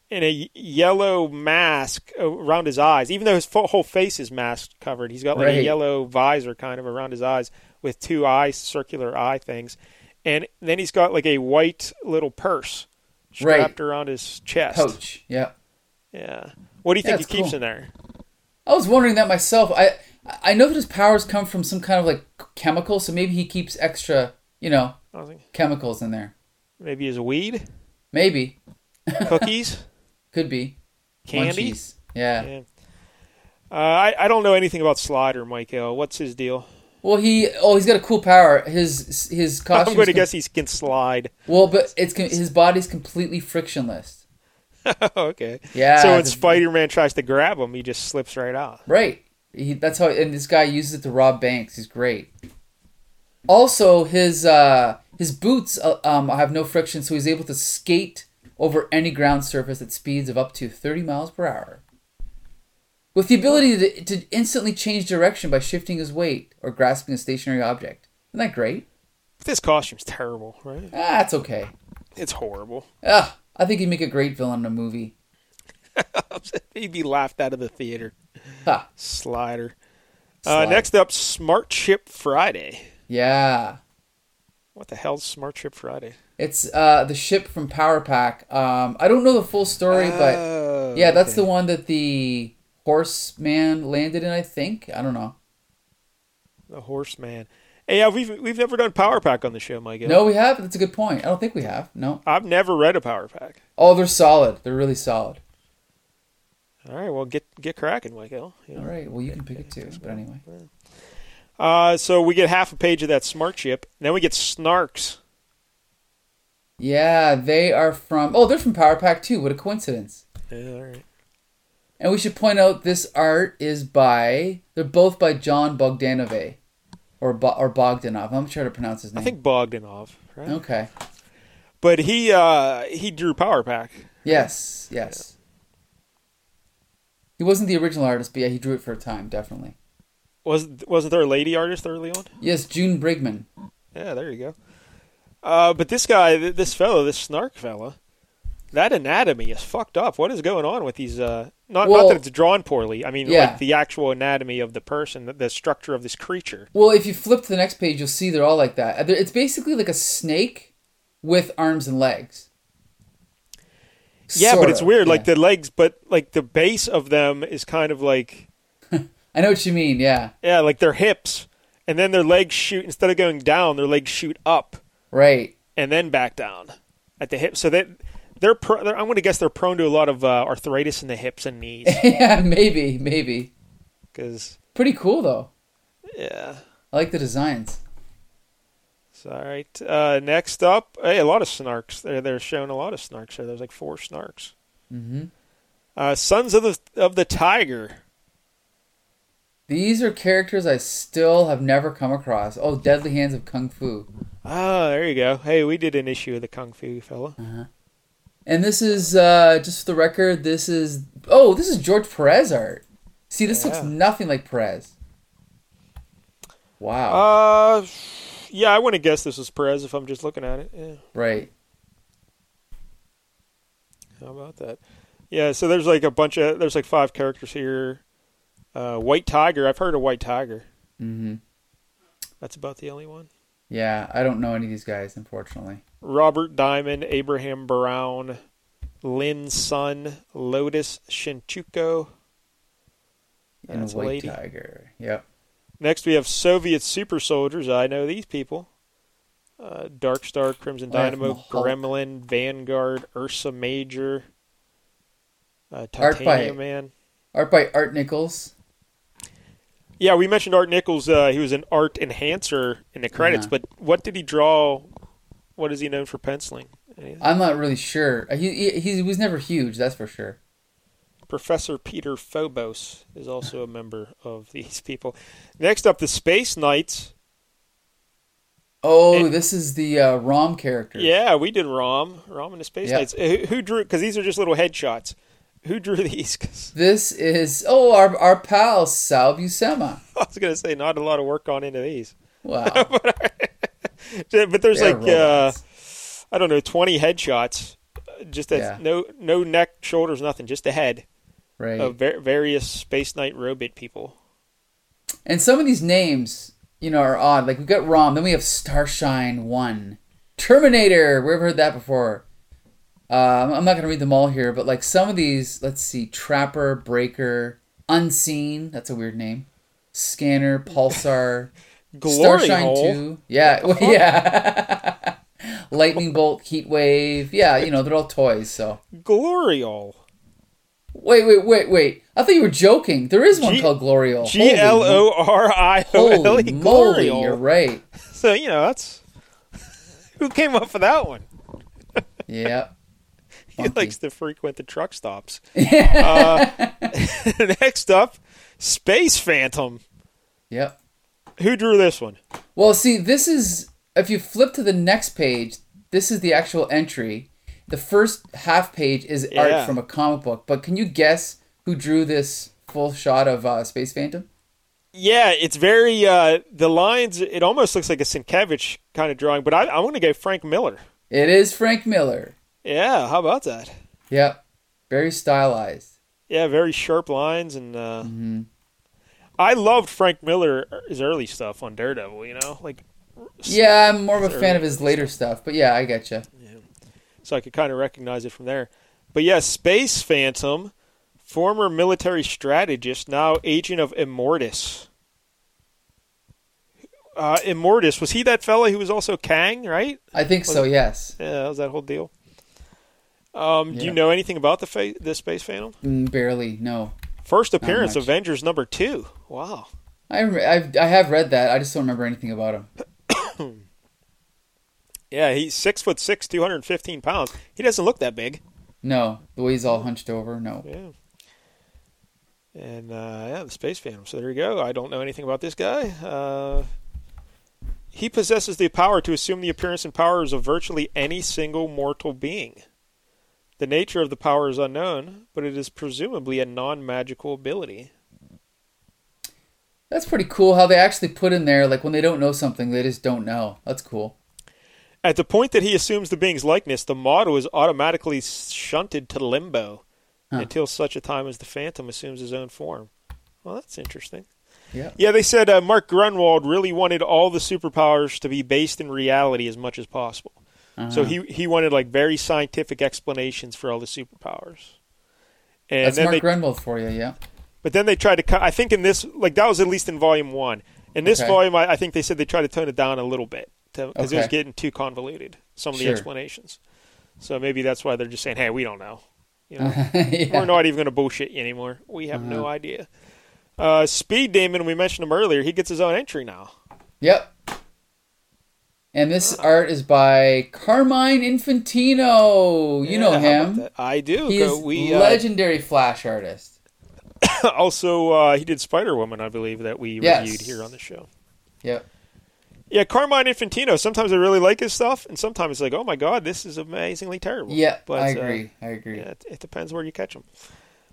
and a y- yellow mask a- around his eyes. Even though his fo- whole face is mask covered, he's got like a
Right.
yellow visor kind of around his eyes with two eye circular eye things. And then he's got like a white little purse
Right.
strapped around his chest.
Pouch. Yeah.
Yeah. What do you
Yeah,
think he
it's
keeps
cool.
in there?
I was wondering that myself. I I know that his powers come from some kind of like chemical, so maybe he keeps extra, you know,
I was thinking
chemicals in there.
maybe his weed,
Maybe.
cookies,
Could be.
candy.
Munchies. Yeah.
Yeah. Uh, I I don't know anything about Slider, Mike Hill. What's his deal?
Well, he oh, he's got a cool power. His his costume.
I'm going to guess he can slide.
Well, but it's com- his body's completely frictionless.
Oh, okay.
Yeah,
So when
the-
Spider-Man tries to grab him, he just slips right out.
Right. He, that's how. And this guy uses it to rob banks. He's great. Also, his uh, his boots uh, um, have no friction, so he's able to skate over any ground surface at speeds of up to 30 miles per hour. With the ability to, to instantly change direction by shifting his weight or grasping a stationary object. Isn't that great?
This costume's terrible, right?
Ah, it's okay.
It's horrible.
Ah, I think he'd make a great villain in a movie.
He'd be laughed out of the theater.
Ha.
Slider. Uh,
Slider.
next up, Smart Chip Friday.
Yeah.
What the hell's Smart Chip Friday?
It's uh, the ship from Power Pack. Um, I don't know the full story, but
Oh,
yeah, that's
okay.
the one that the horseman landed in. I think I don't know.
the Horseman. Hey, yeah, we've we've never done Power Pack on the show, Mike.
No, we have. That's a good point. I don't think we have. No.
I've never read a Power Pack.
Oh, they're solid. They're really solid.
All right, well, get get cracking, Michael. You
All
know.
right. Well, you can pick it too. But anyway,
Uh, so we get half a page of that smart chip. Then we get Snarks.
yeah, they are from. Oh, they're from Power Pack too. What a coincidence.
Yeah, all right.
And we should point out this art is by. They're both by John Bogdanove, or Bo- or Bogdanov. I'm sure to pronounce his name.
I think Bogdanov, right?
Okay.
But he uh, he drew Power Pack.
Yes, yes. He wasn't the original artist, but yeah, he drew it for a time, definitely.
Was wasn't there a lady artist early on?
Yes, June Brigman.
Yeah, there you go. Uh, but this guy, th- this fellow, this snark fella, that anatomy is fucked up. What is going on with these? Uh, not not
Well-
that it's drawn poorly. I mean,
Yeah.
like the actual anatomy of the person, the, the structure of this creature.
Well, if you flip to the next page, you'll see they're all like that. They're- It's basically like a snake with arms and legs.
Yeah,
Sort
but it's
of,
weird. Like
yeah.
the legs, but like the base of them is kind of like
I know what you mean. Yeah,
yeah, like their hips, and then their legs shoot instead of going down, their legs shoot up
right.
and then back down at the hip. So that they're, pro- they're I'm going to guess they're prone to a lot of uh, arthritis in the hips and knees
yeah, maybe, maybe.
because
Pretty cool though.
yeah.
I like the designs.
So, all right. Uh, next up, hey, a lot of snarks. They're, they're showing a lot of snarks here. There's like four snarks. Mm-hmm. Uh, Sons of the of the Tiger.
These are characters I still have never come across. Oh, Deadly Hands of Kung Fu.
Ah, there you go. Hey, we did an issue of the Kung Fu fella.
And this is uh just for the record, this is oh, this is George Perez art. See, this looks
Yeah.
nothing like Perez. Wow.
Uh, yeah, I want to guess this was Perez if I'm just looking at it. Yeah,
right.
how about that? Yeah, so there's like a bunch of there's like five characters here. Uh, White Tiger. I've heard of White Tiger.
Mm-hmm.
That's about the only one.
Yeah, I don't know any of these guys, unfortunately.
Robert Diamond, Abraham Brown, Lynn Sun, Lotus Shinchuko. Yeah,
and
it's a
White
lady.
Tiger. Yep.
Next, we have Soviet super soldiers. I know these people. Uh, Dark Star, Crimson
Oh, yeah,
Dynamo,
from the Hulk.
Gremlin, Vanguard, Ursa Major, uh,
Art by-
Titanium Man.
Art by Art Nichols.
Yeah, we mentioned Art Nichols. Uh, he was an art enhancer in the credits,
Uh-huh.
but what did he draw? What is he known for penciling? Anything?
Uh, I'm not really sure. He, he he was never huge, that's for sure.
Professor Peter Phobos is also a member of these people. Next up, the Space Knights.
Oh, this is the uh, Rom character.
Yeah, we did Rom, Rom and the Space
Yeah.
Knights. Uh, Who, who drew? Because these are just little headshots. Who drew these? 'Cause
This is oh our our pal Sal Buscema.
I was going to say not a lot of work gone into these,
Wow,
but there's
They're
like uh,
robots.
I don't know, twenty headshots. Uh, Just that
Yeah.
no no neck, shoulders, nothing, just the head
right?
of va- various Space Knight robot people.
And some of these names, you know, are odd. Like we got Rom, then we have Starshine One, Terminator. We've heard that before. Um, I'm not gonna read them all here, but like some of these, let's see: Trapper, Breaker, Unseen. That's a weird name. Scanner, Pulsar,
Glory
Starshine
hole.
Two. Yeah, well, yeah. Lightning Bolt, Heat Wave. Yeah, you know they're all toys. So
Gloriol.
wait, wait, wait, wait. I thought you were joking. There is one
G-
called Gloriol.
G L O R I O L E.
Holy moly! You're
Gloriol.
right.
So you know that's who came up with that one.
Yeah.
He
Funky.
likes to frequent the truck stops. uh, next up, Space Phantom.
Yep.
Who drew this one?
Well, see, this is if you flip to the next page, this is the actual entry. The first half page is
Yeah.
art from a comic book, but can you guess who drew this full shot of uh, Space Phantom?
Yeah, it's very uh, the lines. It almost looks like a Sienkiewicz kind of drawing, but I, I want to go Frank Miller.
It is Frank Miller.
Yeah, how about that?
Yep. Very stylized.
Yeah, very sharp lines, and uh,
Mm-hmm.
I loved Frank Miller's early stuff on Daredevil. You know, like
Yeah, I'm more of a fan of his later stuff, but yeah, I getcha.
so I could kind of recognize it from there. But yeah, Space Phantom, former military strategist, now agent of Immortus. Uh, Immortus was he that fella who was also Kang, right?
I think so, yes.
Yeah, that was that whole deal. Um, Do you
Yeah.
know anything about the fa- the Space Phantom?
Mm, barely, no.
First appearance,
much.
Avengers number two. Wow.
I, rem- I've, I have read that. I just don't remember anything about him.
Yeah, he's six foot six, two hundred and fifteen pounds. He doesn't look that big.
No, the way he's all hunched over, no.
Yeah. And uh, yeah, the Space Phantom. So there you go. I don't know anything about this guy. Uh, he possesses the power to assume the appearance and powers of virtually any single mortal being. The nature of the power is unknown, but it is presumably a non-magical ability.
That's pretty cool how they actually put in there, like when they don't know something, they just don't know. That's cool.
At the point that he assumes the being's likeness, the model is automatically shunted to limbo
Huh.
until such a time as the Phantom assumes his own form. Well, that's interesting.
Yeah.
Yeah, they said uh, Mark Grunwald really wanted all the superpowers to be based in reality as much as possible. So
Uh-huh.
he he wanted like very scientific explanations for all the superpowers. And
That's
then
Mark
they,
Grenwell for you, yeah.
but then they tried to. cut I think in this, like that was at least in volume one. In this
Okay.
volume, I, I think they said they tried to tone it down a little bit because it was
Okay.
getting too convoluted. Some of the
Sure.
explanations. So maybe that's why they're just saying, "Hey, we don't know." You know,
Uh-huh. yeah. Uh-huh.
we're not even going to bullshit you anymore. We have no idea. Uh, Speed Damon, we mentioned him earlier. He gets his own entry now.
Yep. And this
Uh-huh.
art is by Carmine Infantino. You know
Yeah, how about
him.
that? I do.
He
Go-
is
we uh,
legendary Flash artist.
also uh, he did Spider Woman, I believe, that we
Yes.
reviewed here on the show.
Yep.
Yeah, Carmine Infantino. Sometimes I really like his stuff, and sometimes it's like, oh my god, this is amazingly terrible.
Yeah,
but
I
uh,
agree. I agree.
yeah, it, it depends where you catch him.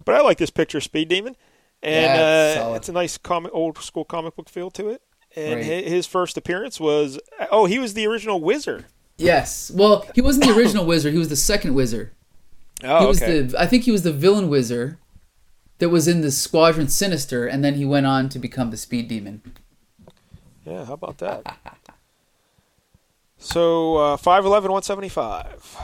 But I like this picture, of Speed Demon, and
Yeah, it's
uh,
solid.
it's a nice comic, old school comic book feel to it. And
Right.
hi- his first appearance was oh, he was the original Wizard.
Yes. Well, he wasn't the original wizard. He was the second wizard.
Oh,
He was
okay.
the. I think he was the villain wizard that was in the Squadron Sinister, and then he went on to become the Speed Demon.
Yeah, how about that? so uh, 5'11", 175.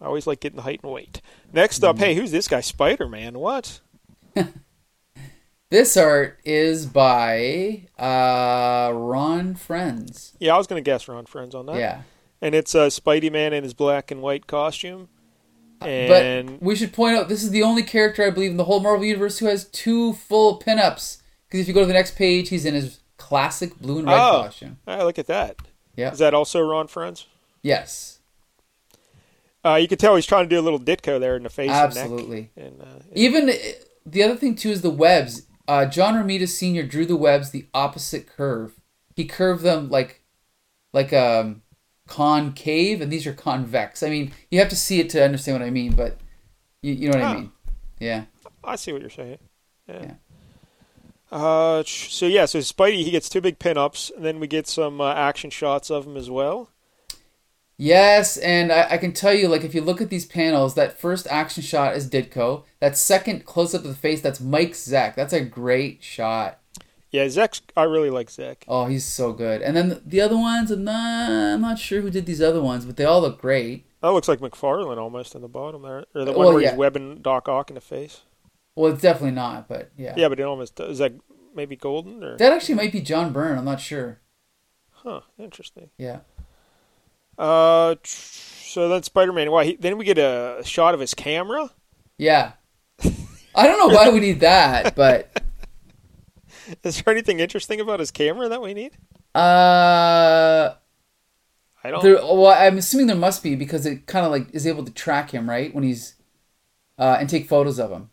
I always like getting the height and weight. Next
Mm-hmm.
up, hey, who's this guy? Spider Man. What?
This art is by uh, Ron Friends.
Yeah, I was gonna guess Ron Friends on that.
Yeah.
and it's uh, Spidey Man in his black and white costume. And
Uh, But we should point out this is the only character I believe in the whole Marvel universe who has two full pinups. Because if you go to the next page, he's in his classic blue and red
Oh.
costume.
Ah, look at that.
Yeah.
Is that also Ron Friends?
yes.
Uh, you can tell he's trying to do a little Ditko there in the face.
Absolutely.
And, neck. and uh,
Even uh, the other thing too is the webs. Uh, John Romita Sr. drew the webs the opposite curve. He curved them like, like um, concave, and these are convex. I mean, you have to see it to understand what I mean, but you, you know what I
Oh.
mean. Yeah.
I see what you're saying. Yeah.
Yeah.
Uh, sh- so yeah, so Spidey he gets two big pinups, and then we get some uh, action shots of him as well.
Yes, and I, I can tell you, like, if you look at these panels, that first action shot is Ditko. That second close up of the face, that's Mike Zack. That's a great shot.
Yeah, Zek's. I really like Zek.
Oh, he's so good. And then the other ones, I'm not, I'm not sure who did these other ones, but they all look great.
That looks like McFarlane almost in the bottom there, or the
Uh,
one
well,
where
yeah.
he's webbing Doc Ock in the face.
Well, it's definitely not, but yeah.
Yeah, but it almost does. is that maybe Golden or
That actually might be John Byrne. I'm not sure.
huh? Interesting.
Yeah.
Uh, tr- so then Spider-Man. Why? He, then we get a shot of his camera.
Yeah. I don't know why we need that, but
Is there anything interesting about his camera that we need?
uh,
I don't.
there, well, I'm assuming there must be because it kind of like is able to track him, right? When he's uh, and take photos of him.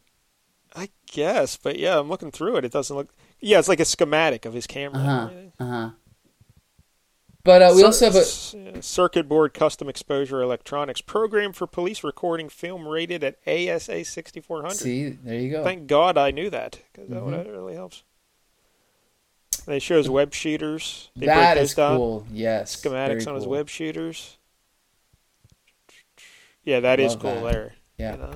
I guess, but yeah, I'm looking through it. It doesn't look. Yeah, it's like a schematic of his camera. and
Uh-huh.
everything.
Uh-huh. But uh, we
Cir-
also have a
s- yeah, circuit board custom exposure electronics program for police recording film rated at ASA 6400.
see. oh. Mm-hmm. There you go.
Thank God I knew that because that would that really helps. They show his web shooters. They break
that
those
is
down.
cool. Yes. very
Schematics on his
cool.
web shooters. Yeah, that is
Love
cool
that.
there.
Yeah.
You know?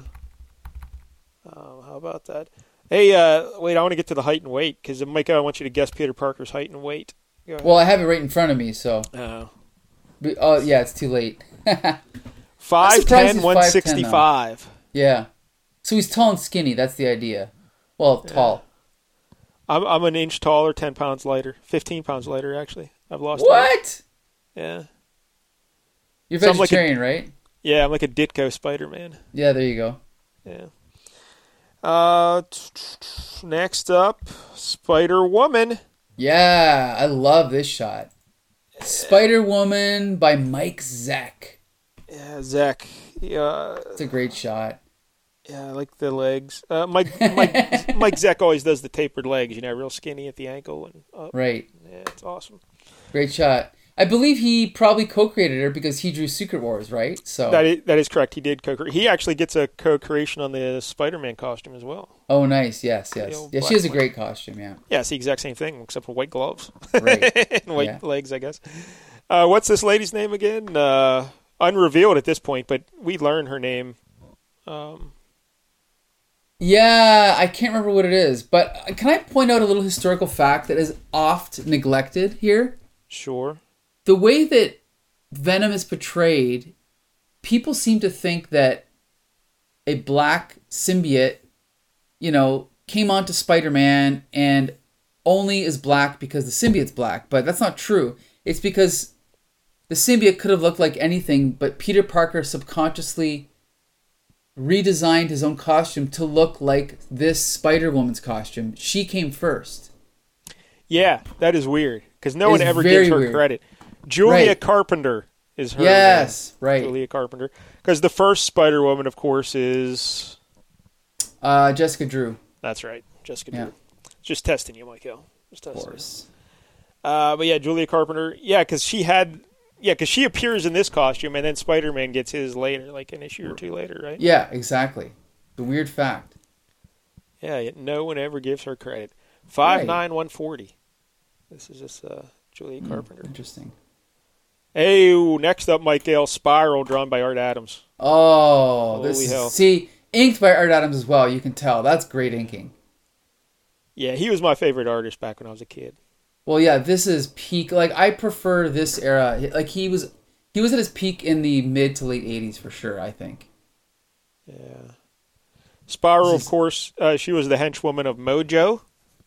um, how about that? Hey, uh, wait, I want to get to the height and weight because, Mike, I want you to guess Peter Parker's height and weight. Go ahead.
Well, I have it right in front of me, so
Oh.
but- oh yeah, it's too late. I'm
5'10",
surprised he's
165.
yeah. So he's tall and skinny. That's the idea. Well, tall.
I'm, I'm an inch taller, 10 pounds lighter. 15 pounds lighter, actually. I've lost weight.
What?
Yeah.
You're
So I'm like a-
vegetarian, right?
Yeah, I'm like a Ditko Spider-Man.
Yeah. There you go.
Yeah. Uh, t- t- t- next up, Spider-Woman.
Yeah, I love this shot. Spider Woman by Mike Zack.
Yeah, Zach. Yeah,
It's a great shot.
yeah, I like the legs. Uh, Mike, Mike, Mike Zach always does the tapered legs. You know, real skinny at the ankle, and up.
Right.
yeah, it's awesome.
Great shot. I believe he probably co-created her because he drew Secret Wars, right? So
That is, that is correct. He did co. He actually gets a co-creation on the Spider-Man costume as well.
Oh, nice. Yes,
The
yes.
old
Yeah, she
black
has a
one.
great costume. Yeah.
Yeah, it's the exact same thing except for white gloves
Right.
and white
Yeah.
legs, I guess. Uh, what's this lady's name again? Uh, unrevealed at this point, but we learn her name. Um,
yeah, I can't remember what it is, but can I point out a little historical fact that is oft neglected here?
sure.
The way that Venom is portrayed, people seem to think that a black symbiote, you know, came onto Spider-Man and only is black because the symbiote's black, but that's not true. It's because the symbiote could have looked like anything, but Peter Parker subconsciously redesigned his own costume to look like this Spider Woman's costume. She came first.
Yeah, that is weird because no one
It's
ever
very
gives her
weird.
credit. Julia
Right.
Carpenter is her.
yes,
name,
right.
Julia Carpenter. Because the first Spider Woman, of course, is
Uh, Jessica Drew,
that's right, Jessica.
Yeah.
Drew. Just testing you, Michael. Just
of
testing. you.
course.
Uh, but yeah, Julia Carpenter. Yeah, because she had. Yeah, because she appears in this costume, and then Spider Man gets his later, like an issue or two later, right?
Yeah, exactly. The weird fact.
Yeah, yet no one ever gives her credit. Five
Right.
nine one forty. This is just uh,
Hmm.
Julia Carpenter.
Interesting.
Hey, next up, Mike Gale, Spiral, drawn by Art Adams.
Oh, this
Holy
is,
hell.
see inked by Art Adams as well. You can tell that's great inking.
Yeah, he was my favorite artist back when I was a kid.
Well, yeah, this is peak. Like I prefer this era. Like he was, he was at his peak in the mid to late '80s for sure. I think.
Yeah. Spiral,
This
of
is-
course, uh, she was the henchwoman of Mojo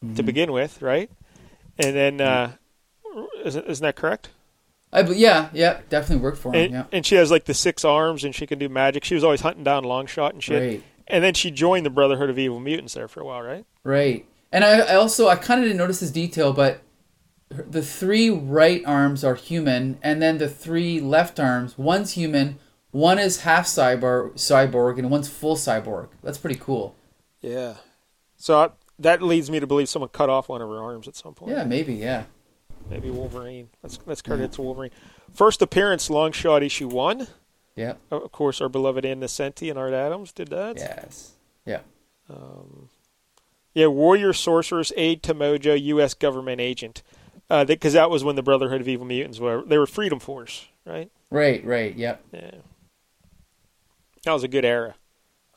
Mm-hmm.
to begin with, right? And then, uh, isn't, isn't that correct?
I be- yeah yeah definitely worked for him.
And,
Uh, yeah.
and she has like the six arms and she can do magic. She was always hunting down long shot and shit.
Right.
And then she joined the Brotherhood of Evil Mutants there for a while, right?
Right. And I, I also I kind of didn't notice this detail, but her- the three right arms are human, and then the three left arms, one's human, One is half cyborg, cyborg, and one's full cyborg. That's pretty cool.
Yeah. So I, that leads me to believe someone cut off one of her arms at some point.
Yeah, maybe. Yeah.
Maybe Wolverine. Let's let's cut it to Wolverine. First appearance, long shot issue one.
Yep.
Of course, our beloved Ann Nesenti and Art Adams did that.
Yes. Yeah.
Yeah, Warrior Sorcerer's Aid to Mojo, U.S. government agent. Because that, 'cause that was when the Brotherhood of Evil Mutants were. They were Freedom Force, right?
Right. Right. Yep.
Yeah. That was a good era.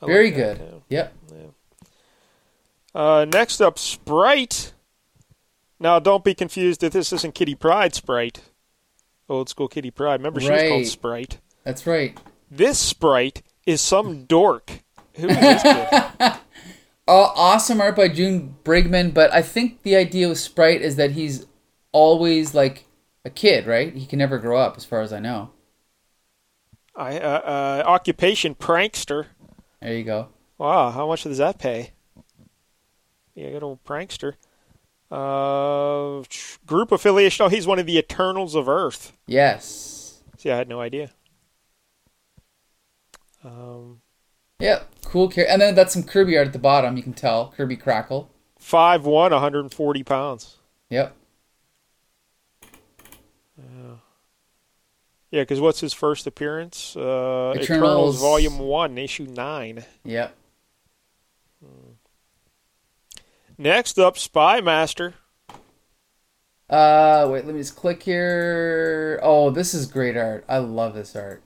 I
Very
like that,
good.
yeah.
Yep.
Uh, next up, Sprite. Now, don't be confused that this isn't Kitty Pride Sprite. Old school Kitty Pride. Remember, she was
Right.
called Sprite.
That's right.
This Sprite is some dork. Who is this kid?
Uh, awesome art by June Brigman, but I think the idea with Sprite is that he's always like a kid, right? He can never grow up, as far as I know.
I, uh, uh, occupation prankster.
There you go.
Wow, how much does that pay? Yeah, good old prankster. Uh, tch, group affiliation. Oh, he's one of the Eternals of Earth.
Yes.
See, I had no idea. Um,
Yep. Cool. Car- and then that's some Kirby art at the bottom. You can tell Kirby Crackle.
five one, 140 pounds.
Yep.
Yeah, because what's his first appearance? Uh, Eternals.
Eternals.
Volume One, Issue Nine.
Yep.
Next up, Spy Master.
Uh, wait. Let me just click here. Oh, this is great art. I love this art.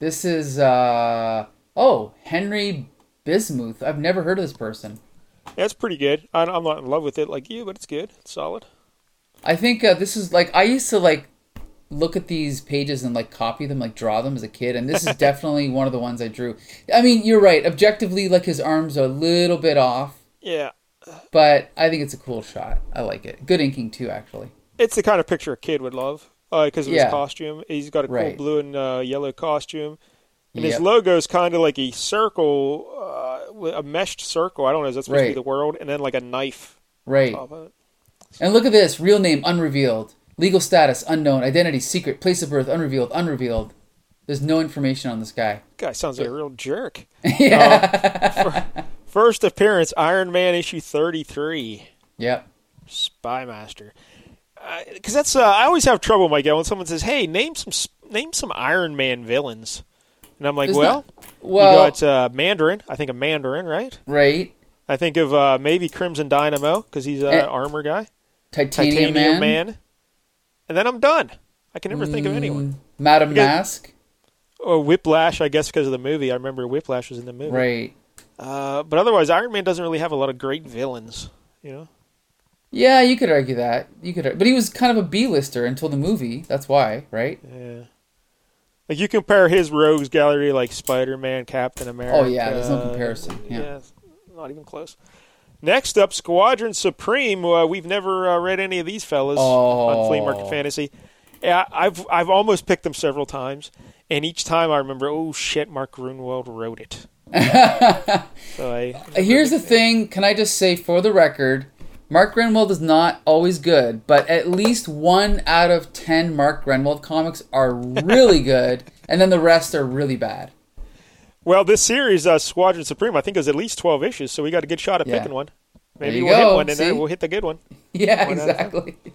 This is uh oh Henry Bismuth. I've never heard of this person.
That's pretty good. I, I'm not in love with it like you, but it's good. It's solid.
I think uh, this is like I used to like look at these pages and like copy them, like draw them as a kid, and this is definitely one of the ones I drew. I mean, you're right. Objectively, like his arms are a little bit off,
Yeah,
but I think it's a cool shot. I like it. Good inking too, actually.
it's the kind of picture a kid would love because of
Yeah.
his costume. He's got a cool
Right.
blue and uh, yellow costume, and his
Yep.
logo is kind of like a circle, uh, with a meshed circle. I don't know. Is that supposed to be
Right.
the world? And then like a knife. Oh,
Right.
Top of it.
And look at this. Real name unrevealed. Legal status unknown. Identity secret. Place of birth unrevealed. Unrevealed. There's no information on this guy.
Guy sounds like a real jerk. Uh,
yeah.
First appearance, Iron Man issue thirty-three.
Yep.
Spy Master. Because that's uh, I always have trouble, Mike, when someone says, "Hey, name some s- name some Iron Man villains," and I'm like,
There's
"Well,
not- well,
you got uh, Mandarin. I think a Mandarin, right?
right.
I think of uh, maybe Crimson Dynamo because he's an
Eh,
armor guy.
Titanium,
Titanium
Man.
Man. and then I'm done. I can never think of
Mm.
anyone.
Madam
Okay.
Mask.
Or Whiplash, I guess, because of the movie. I remember Whiplash was in the movie.
Right.
Uh, but otherwise, Iron Man doesn't really have a lot of great villains. You know.
Yeah, you could argue that. You could, ar- but he was kind of a B-lister until the movie. That's why, right?
Yeah. Like you compare his rogues gallery like Spider Man, Captain America.
Oh, yeah, there's no comparison, yeah.
it's not even close. Next up, Squadron Supreme. Uh, we've never uh, read any of these fellas on Flea Market
Oh.
Fantasy. Yeah, I've I've almost picked them several times, and each time I remember, oh shit, Mark Grunwald wrote it. so I
Uh, Here's the thing. Can I just say, for the record, Mark Grenwald is not always good, but at least one out of ten Mark Grenwald comics are really good, and then the rest are really bad.
well, this series, uh, Squadron Supreme, I think is at least twelve issues, so we got a good shot at
Yeah.
picking one. Maybe
you
we'll
go,
hit one, and
see?
then we'll hit the good one.
Yeah,
One out of ten.
exactly.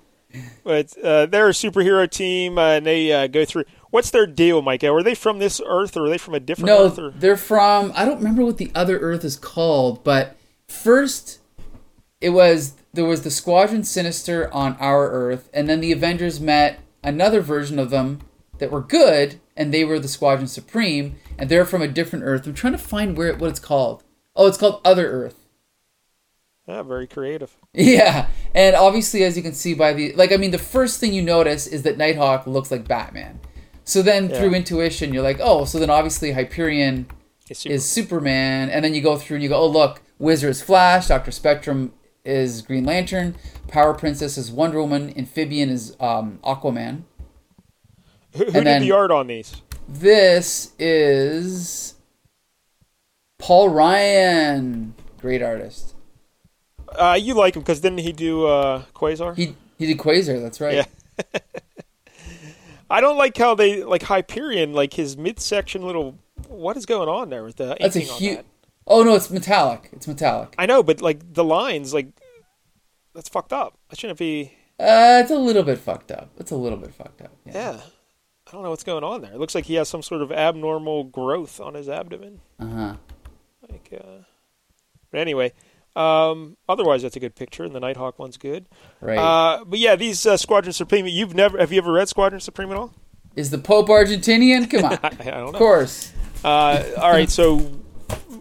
But uh, they're a superhero team, uh, and they uh, go through. What's their deal, Micah? Are they from this Earth, or are they from a different
No,
Earth? Or...
they're from I don't remember what the other Earth is called, but first it was there was the Squadron Sinister on our Earth, and then the Avengers met another version of them that were good, and they were the Squadron Supreme, and they're from a different Earth. I'm trying to find where it, what it's called. Oh, it's called Other Earth.
Ah, very creative.
Yeah, and obviously, as you can see by the like, I mean, the first thing you notice is that Nighthawk looks like Batman. So then, through intuition, you're like, oh, so then obviously Hyperion
It's super-
is Superman, and then you go through and you go, oh look, Wizard is Flash, Doctor Spectrum is Green Lantern, Power Princess is Wonder Woman, Amphibian is um, Aquaman.
who who did
then-
the art on these?
This is Paul Ryan, great artist.
Uh, you like him because didn't he do uh, Quasar?
He he did Quasar, that's right.
Yeah. I don't like how they like Hyperion, like his midsection little. What is going on there with the
That's a
inking on
huge.
that?
Oh no, it's metallic. It's metallic.
I know, but like the lines, like that's fucked up. That shouldn't be.
Uh, it's a little bit fucked up. It's a little bit fucked up. Yeah.
Yeah, I don't know what's going on there. It looks like he has some sort of abnormal growth on his abdomen.
Uh huh.
Like, uh, but anyway, um, otherwise that's a good picture, and the Nighthawk one's good.
Right.
Uh, but yeah, these uh, Squadron Supreme. You've never have you ever read Squadron Supreme at all?
Is the Pope Argentinian? Come on.
I, I don't
of
know.
course.
Uh, all right, so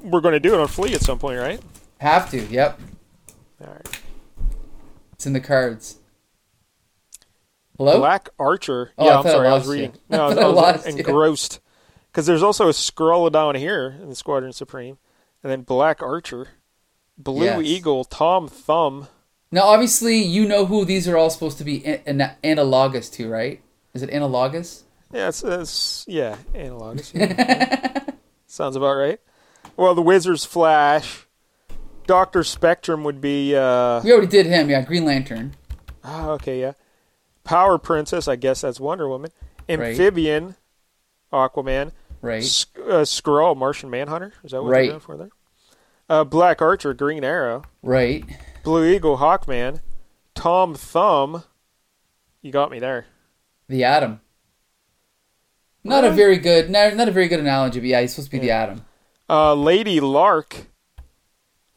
we're going to do it on Flea at some point, right?
Have to. Yep.
All right.
It's in the cards. Hello.
Black Archer.
Oh, I
yeah, I'm
thought I
sorry, I,
lost
was
you.
reading.
I
No, I was,
thought I
I was
lost you.
engrossed. Because there's also a scroll down here in the Squadron Supreme, and then Black Archer, Blue
Yes.
Eagle, Tom Thumb.
Now, obviously, you know who these are all supposed to be an- an- analogous to, right? Is it analogous?
Yeah, it's, it's yeah, analogous. yeah. Sounds about right. Well, the Wizard's Flash, Doctor Spectrum would be. Uh,
We already did him. Yeah, Green Lantern.
Oh, okay, yeah. Power Princess, I guess that's Wonder Woman.
Right.
Amphibian, Aquaman.
Right.
Sk- uh, Skrull, Martian Manhunter. Is that what
Right.
you're going for there? Uh, Black Archer, Green Arrow.
Right.
Blue Eagle, Hawkman. Tom Thumb. You got me there.
The Atom. Not a very good, not, not a very good analogy, but yeah, he's supposed to be the Atom.
Uh, Lady Lark.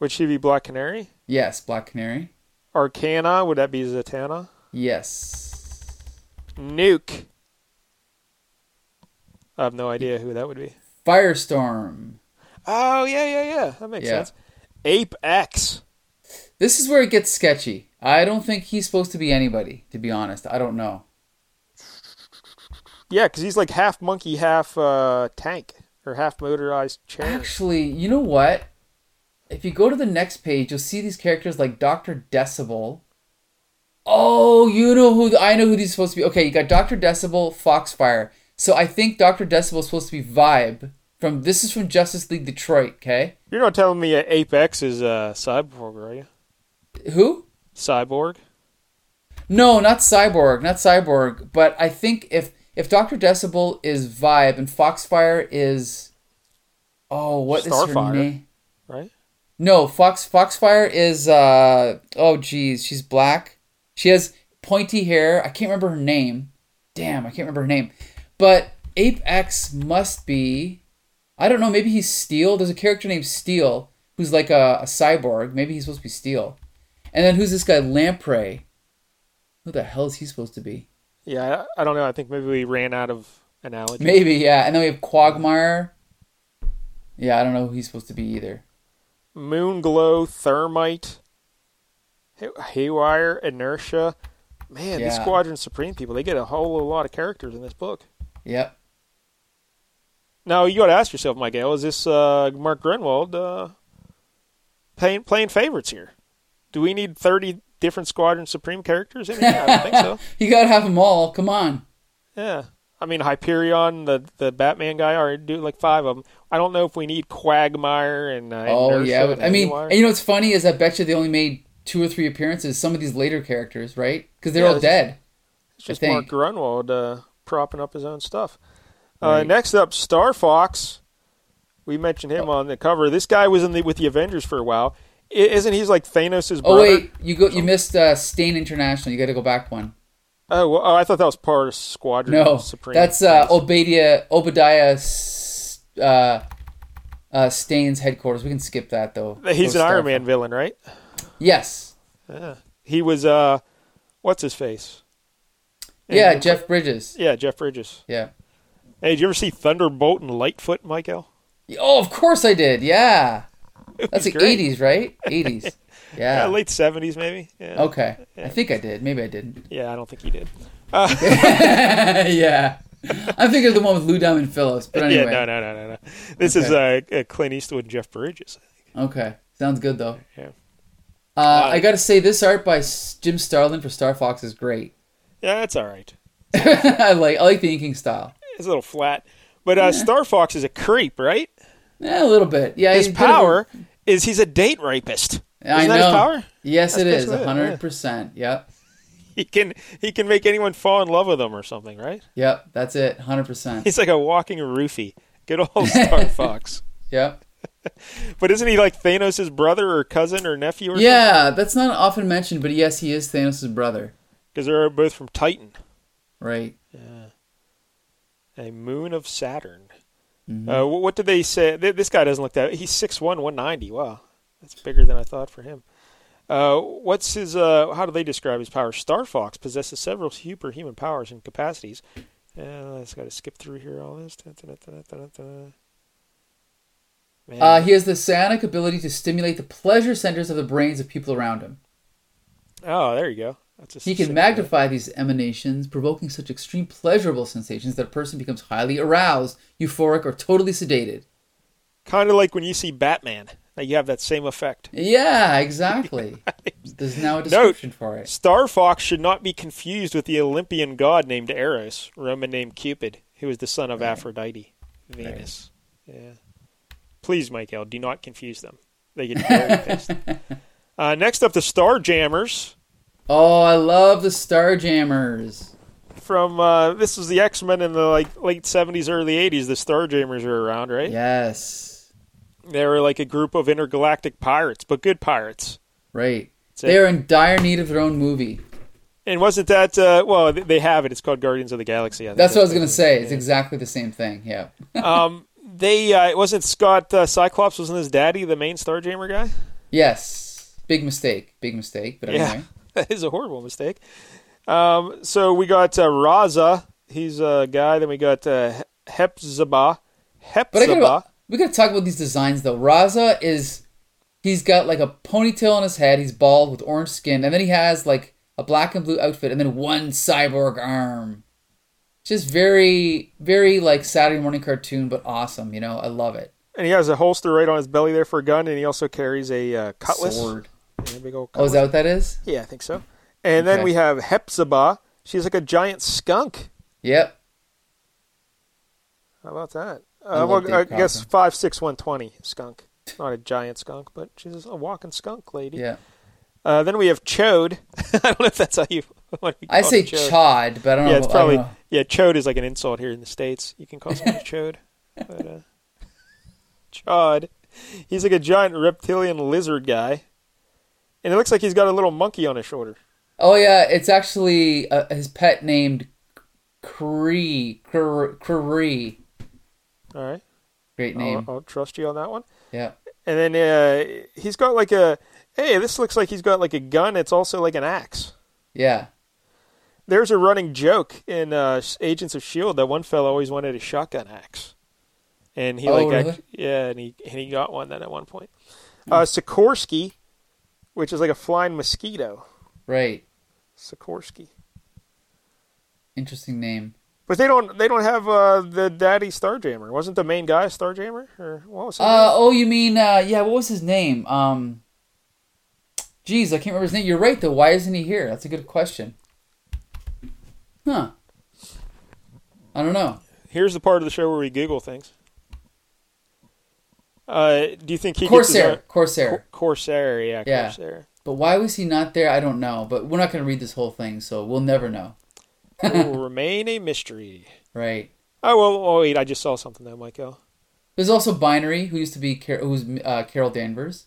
Would she be Black Canary?
Yes, Black Canary.
Arcana, would that be Zatanna?
Yes.
Nuke. I have no idea who that would be.
Firestorm.
Oh, yeah, yeah, yeah. That makes
Yeah.
sense. Ape X.
This is where it gets sketchy. I don't think he's supposed to be anybody, to be honest. I don't know.
Yeah, because he's like half monkey, half uh, tank, or half motorized chair.
Actually, you know what? If you go to the next page, you'll see these characters like Dr. Decibel. Oh, you know who I know who these are supposed to be. Okay, you got Dr. Decibel, Foxfire. So I think Dr. Decibel is supposed to be Vibe from this is from Justice League Detroit, okay?
You're not telling me uh, Apex is uh, cyborg, are you?
Who?
Cyborg.
No, not Cyborg, not Cyborg, but I think if if Dr. Decibel is Vibe and Foxfire is Oh, what is her
Starfire.
name?
Right?
No, Fox Foxfire is uh oh geez, she's black. She has pointy hair. I can't remember her name. Damn, I can't remember her name. But Ape X must be I don't know, maybe he's Steel. There's a character named Steel who's like a, a cyborg. Maybe he's supposed to be Steel. And then who's this guy, Lamprey? Who the hell is he supposed to be?
Yeah, I, I don't know. I think maybe we ran out of analogy.
Maybe, yeah. And then we have Quagmire. Yeah, I don't know who he's supposed to be either.
Moonglow, Thermite, Hay- Haywire, Inertia. Man, these
Yeah.
Squadron Supreme people, they get a whole lot of characters in this book.
Yep.
Now, you got to ask yourself, Michael, is this uh, Mark Grenwald uh, playing, playing favorites here? Do we need 30 different Squadron Supreme characters? I, mean, yeah, I don't think so.
You gotta have them all. Come on.
Yeah. I mean, Hyperion, the, the Batman guy, are do like five of them. I don't know if we need Quagmire and uh,
Oh
Inertia
yeah, but,
and
I mean,
Haywire.
and you know what's funny is I bet you they only made two or three appearances. Some of these later characters, right? Because they're
Yeah,
all
this-
dead.
It's just
I think.
Mark Grunwald uh, propping up his own stuff. Uh,
Right.
Next up, Star Fox. We mentioned
Oh.
him on the cover. This guy was in the with the Avengers for a while. I- isn't he like Thanos' brother?
Oh wait, you go, you missed uh, Stain International. You got to go back one.
Oh, well, oh, I thought that was part of Squadron
No,
Supreme.
that's uh, Obadiah Obadiah S- uh, uh, Stain's headquarters. We can skip that though.
He's
Go
an Iron
Starfire.
Man villain, right?
Yes.
He was uh, what's his face?
Yeah, Jeff Bridges.
Yeah, Jeff Bridges.
Yeah.
Hey, did you ever see Thunderbolt and Lightfoot, Michael?
Oh, of course I did. Yeah.
It
That's
was
the
great.
'80s, right? '80s.
Yeah,
Yeah. Oh.
late seventies maybe. Yeah.
okay. I think I did. Maybe I didn't.
Yeah, I don't think he did.
yeah. I'm thinking of the one with Lou Diamond Phillips, but anyway.
Yeah, no, no, no, no, no. This is uh, uh, Clint Eastwood and Jeff Bridges.
Okay. Sounds good though.
Yeah.
Uh, I got to say, this art by S- Jim Starlin for Star Fox is great.
Yeah, it's all right.
I like I like the inking style.
It's a little flat, but uh, Star Fox is a creep, right?
Yeah, a little bit. Yeah,
His
he's a bit of a-
power is he's a date rapist.
I
Isn't that
know.
his power?
Yes,
That's
it is.
basically it, yeah.
hundred percent. Yep.
he can he can make anyone fall in love with him or something, right?
Yep, that's it. 100%.
He's like a walking roofie. Good old Star Fox.
Yep.
But isn't he like Thanos' brother or cousin or nephew or something?
Yeah, that's not often mentioned, but yes, he is Thanos' brother.
Because they're both from Titan,
Right.
a moon of Saturn.
Mm-hmm.
Uh, wh- what did they say? Th- This guy doesn't look that. He's 6'1", 190. Wow, that's bigger than I thought for him. Uh, what's his? Uh, how do they describe his power? Star Fox possesses several superhuman powers and capacities. Uh, I just got to skip through here. All this. Dun, dun, dun, dun, dun, dun. Man.
Uh, he has the psionic ability to stimulate the pleasure centers of the brains of people around him.
oh, there you go. That's a
He can
sick-
magnify these emanations, provoking such extreme pleasurable sensations that a person becomes highly aroused, euphoric, or totally sedated.
Kind of like when you see Batman. Now you have that same effect.
Yeah, exactly. There's now a description for it.
Star Fox should not be confused with the Olympian god named Eros, Roman named Cupid, who was the son of Aphrodite, Venus. Yeah. Please, Michael, do not confuse them. They get very pissed. Uh, next up, the Star Jammers
Oh, I love the Starjammers.
from uh, this was the X Men in the like late seventies, early eighties. The Star Jammers were around, right?
Yes.
They were like a group of intergalactic pirates, but good pirates.
Right.
it.
They are in dire need of their own movie.
And wasn't that uh, well? th- They have it. It's called Guardians of the Galaxy. I think
That's what I was
the-
going to say. It's exactly the same thing. Yeah.
They uh, it wasn't Scott uh, Cyclops wasn't his daddy the main Starjamer guy?
Yes. Big mistake. Big mistake. But anyway.
that is a horrible mistake. Um, so we got uh, Raza, he's a guy. Then we got uh, Hepzibah,
But I
Hepzibah.
gotta, we gotta talk about these designs though. Raza is he's got like a ponytail on his head. He's bald with orange skin, and then he has like a black and blue outfit, and then one cyborg arm. Just very, very like Saturday morning cartoon, but awesome. You know, I love it.
And he has a holster right on his belly there for a gun, and he also carries a uh, cutlass.
Sword.
Yeah, a big old
Oh, is
cutlass.
that what that is?
Yeah, I think so. And then
Okay.
we have Hepzibah. She's like a giant skunk.
Yep.
How about that?
I
Uh,
love
well,
Dave
I guess
Cockrum.
five six one twenty skunk. Not a giant skunk, but she's a walking skunk lady.
Yeah.
Uh, then we have Chode. I don't know if that's how you. What we
I
call
say
him, Chode.
Chod, but I don't
Yeah,
know.
it's
I don't
probably
know.
yeah. Chode is like an insult here in the states. You can call someone a Chode, but uh, Chod. He's like a giant reptilian lizard guy, and it looks like he's got a little monkey on his shoulder.
Oh yeah, it's actually uh, his pet named Cree. Cr- Cree.
All right,
Great
I'll,
name.
I'll trust you on that one.
Yeah.
And then uh, he's got like a hey. This looks like he's got like a gun. It's also like an axe.
Yeah.
There's a running joke in uh, Agents of Shield that one fella always wanted a shotgun axe, and he
Oh,
like
really?
act- yeah, and he and he got one then at one point. Uh, Sikorsky, which is like a flying mosquito,
Right.
Sikorsky.
Interesting name.
But they don't they don't have uh, the daddy Starjammer. Wasn't the main guy Starjammer or what was his
Uh oh, you mean uh yeah, what was his name? Um Jeez, I can't remember his name. You're right though. Why isn't he here? That's a good question. Huh. I don't know.
name? Here's the part of the show where we Google things. Uh, do you think he
Corsair,
gets his own-
Corsair.
Corsair? Yeah,
Yeah.
Corsair.
But why was he not there? I don't know, but we're not going to read this whole thing, so we'll never know.
It will remain a mystery.
Right.
Oh well. Oh wait, I just saw something though, Michael.
There's also Binary, who used to be Car- who's uh, Carol Danvers.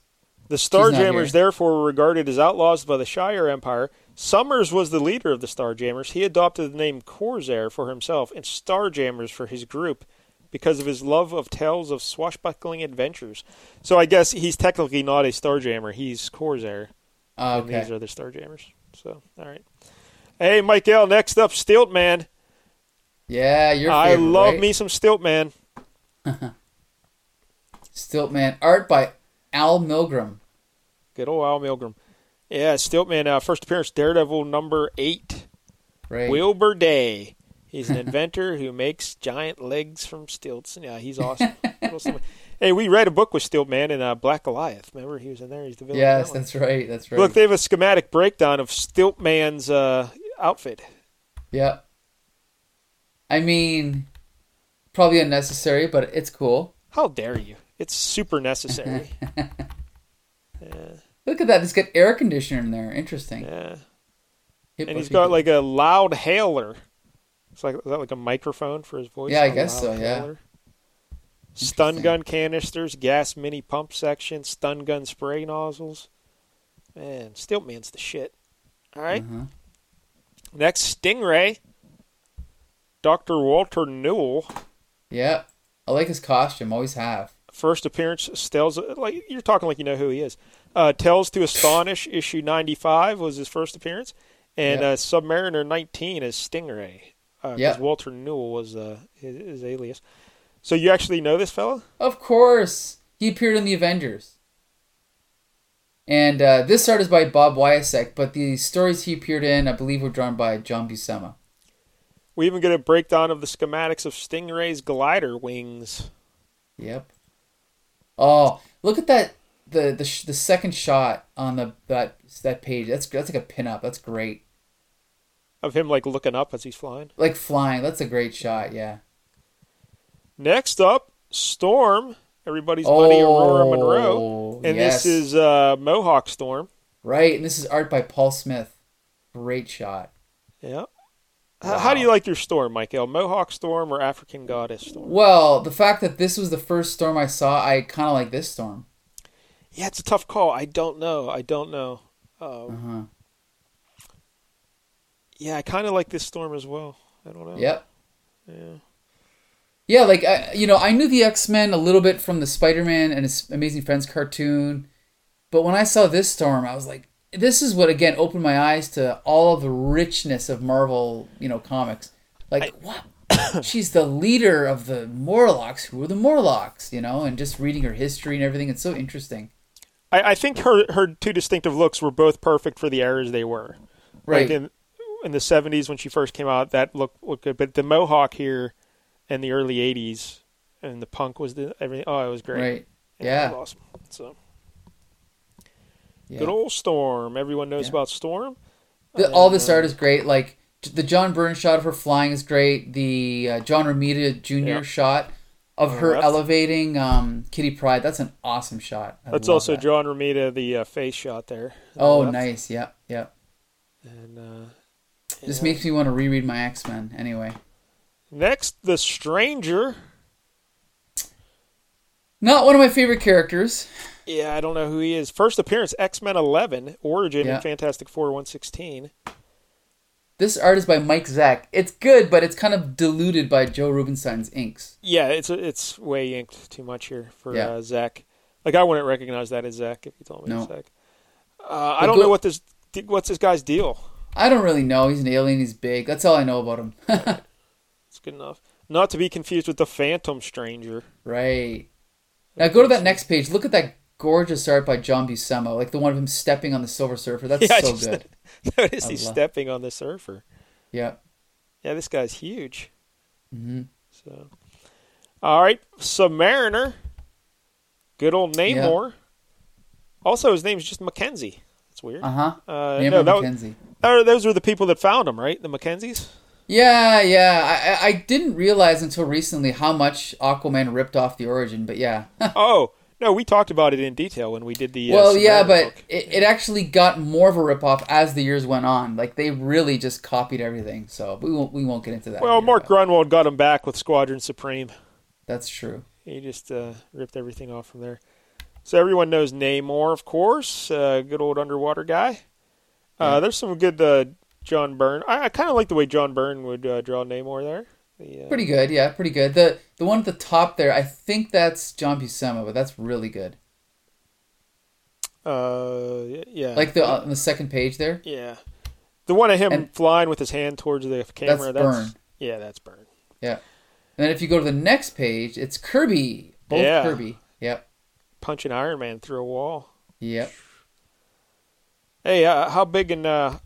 The
not
Starjammers,
here.
therefore, were regarded as outlaws by the Shire Empire. Summers was the leader of the Starjammers. He adopted the name Corsair for himself and Starjammers for his group because of his love of tales of swashbuckling adventures. So I guess he's technically not a Starjammer. He's Corsair.
Uh,
And these
okay.
are the Starjammers. So, all right. Hey, Michael, next up, Stiltman.
Yeah, your
I
favorite,
love
right?
me some Stiltman.
Stiltman art by Al Milgram.
Good old Al Milgram. Yeah, Stiltman, uh, first appearance, Daredevil number eight.
Right.
Wilbur Day. He's an inventor who makes giant legs from stilts. Yeah, he's awesome. Little somebody- hey, we read a book with Stilt Man in uh, Black Goliath. Remember, he was in there. He's the villain. in
yes,
that one.
that's right. That's right.
Look, they have a schematic breakdown of Stilt Man's uh, outfit.
Yeah. I mean, probably unnecessary, but it's cool.
How dare you? It's super necessary.
Look at that. It's got air conditioner in there. Interesting.
yeah.
Hit
and he's
by people.
got like a loud hailer. It's like is that like a microphone for his voice?
Yeah, I
A
guess
loud
so, yeah.
hailer. Stun
Interesting.
gun canisters, gas mini pump section, stun gun spray nozzles. Man, Stiltman's the shit. All right.
Uh-huh.
Next, Stingray. Dr. Walter Newell.
Yeah, I like his costume. Always have.
First appearance tells like you're talking like you know who he is. Uh, Tales to Astonish issue 95 was his first appearance, and
Yep.
uh, Submariner 19 is Stingray because
Yep.
Walter Newell was uh, his, his alias. So you actually know this fella?
Of course, he appeared in the Avengers. And uh, this art is by Bob Wyasek, but the stories he appeared in, I believe, were drawn by John Buscema.
We even get a breakdown of the schematics of Stingray's glider wings.
Yep. Oh, look at that the the, sh- the second shot on the that that page. That's that's like a pinup. That's great.
Of him like looking up as he's flying.
Like flying. That's a great shot. Yeah.
Next up, Storm, everybody's buddy Aurora Monroe, and
Oh, yes.
this is uh, Mohawk Storm.
right. And this is art by Paul Smith. Great shot.
Yeah. H- How do you like your storm, Michael? Mohawk storm or African goddess storm?
Well, the fact that this was the first storm I saw, I kind of like this storm.
Yeah, it's a tough call. I don't know. I don't know. Um,
Uh-huh.
yeah, I kind of like this storm as well. I don't know.
Yep.
Yeah.
Oh. Yeah, like I, you know, I knew the X Men a little bit from the Spider Man and his Amazing Friends cartoon, but when I saw this storm, I was like, "This is what again opened my eyes to all of the richness of Marvel, you know, comics." Like, what? She's the leader of the Morlocks. Who are the Morlocks? You know, and just reading her history and everything, it's so interesting.
I, I think her her two distinctive looks were both perfect for the eras they were.
Right.
Like in in the '70s when she first came out, that looked looked good. But the Mohawk here, in the early '80s, and the punk was the everything. Oh, it was great.
Right.
it
Yeah.
was awesome. So
Yeah.
good old storm. Everyone knows
Yeah.
about storm.
The, all this art is great. Like j- the John Byrne shot of her flying is great. The uh, John Romita Jr.
Yeah.
shot of her
left.
elevating um, Kitty Pride. That's an awesome shot. I
That's
love
also
that.
John Romita, the uh, face shot there.
Oh,
Left.
nice. Yep, yep.
And uh,
This
yeah.
makes me want to reread my X Men. Anyway,
next, the Stranger.
not one of my favorite characters.
Yeah, I don't know who he is. First appearance, X Men Eleven, Origin
Yeah.
in Fantastic Four one sixteen.
This art is by Mike Zack. It's good, but it's kind of diluted by Joe Rubinstein's inks.
Yeah, it's it's way inked too much here for
Yeah.
uh, Zach. Like I wouldn't recognize that as Zach if you told me
No.
it's Zach. Uh, I don't
go-
know what this what's this guy's deal.
I don't really know. He's an alien. He's big. That's all I know about him.
It's good enough. Not to be confused with the Phantom Stranger.
Right. Now go to that next page. Look at that gorgeous art by John Buscema, like the one of him stepping on the Silver Surfer. That's
Yeah, I
so
just-
good.
Notice
I
he's
love-
stepping on the surfer.
Yeah.
Yeah, this guy's huge.
Mhm.
So, all right, Submariner, good old Namor. Also, his name's just Mackenzie. That's weird.
Uh huh.
Uh,
Namor
no, that was-
Mackenzie.
or those were the people that found him, right? The Mackenzies.
Yeah, yeah. I- I, I didn't realize until recently how much Aquaman ripped off the origin, but yeah.
oh no, we talked about it in detail when we did the. Uh,
well, yeah,
Submariner
but
book.
it, it actually got more of a ripoff as the years went on. Like they really just copied everything. So we won't we won't get into that.
well,
here,
Mark
but
Grunwald got him back with Squadron Supreme.
That's true.
He just uh, ripped everything off from there. So everyone knows Namor, of course, uh, good old underwater guy. Uh, There's some good uh, John Byrne. I, I kind of like the way John Byrne would uh, draw Namor there. The, uh,
Pretty good, yeah, pretty good. The the one at the top there, I think that's John Buscema, but that's really good.
uh, yeah,
Like the on the second page there.
yeah, the one of him
And-
flying with his hand towards the camera.
Byrne.
yeah, that's Byrne.
Yeah. And then if you go to the next page, it's Kirby. Both
Yeah.
Kirby. Yep.
punching Iron Man through a wall.
Yep.
Hey, uh, how big and uh,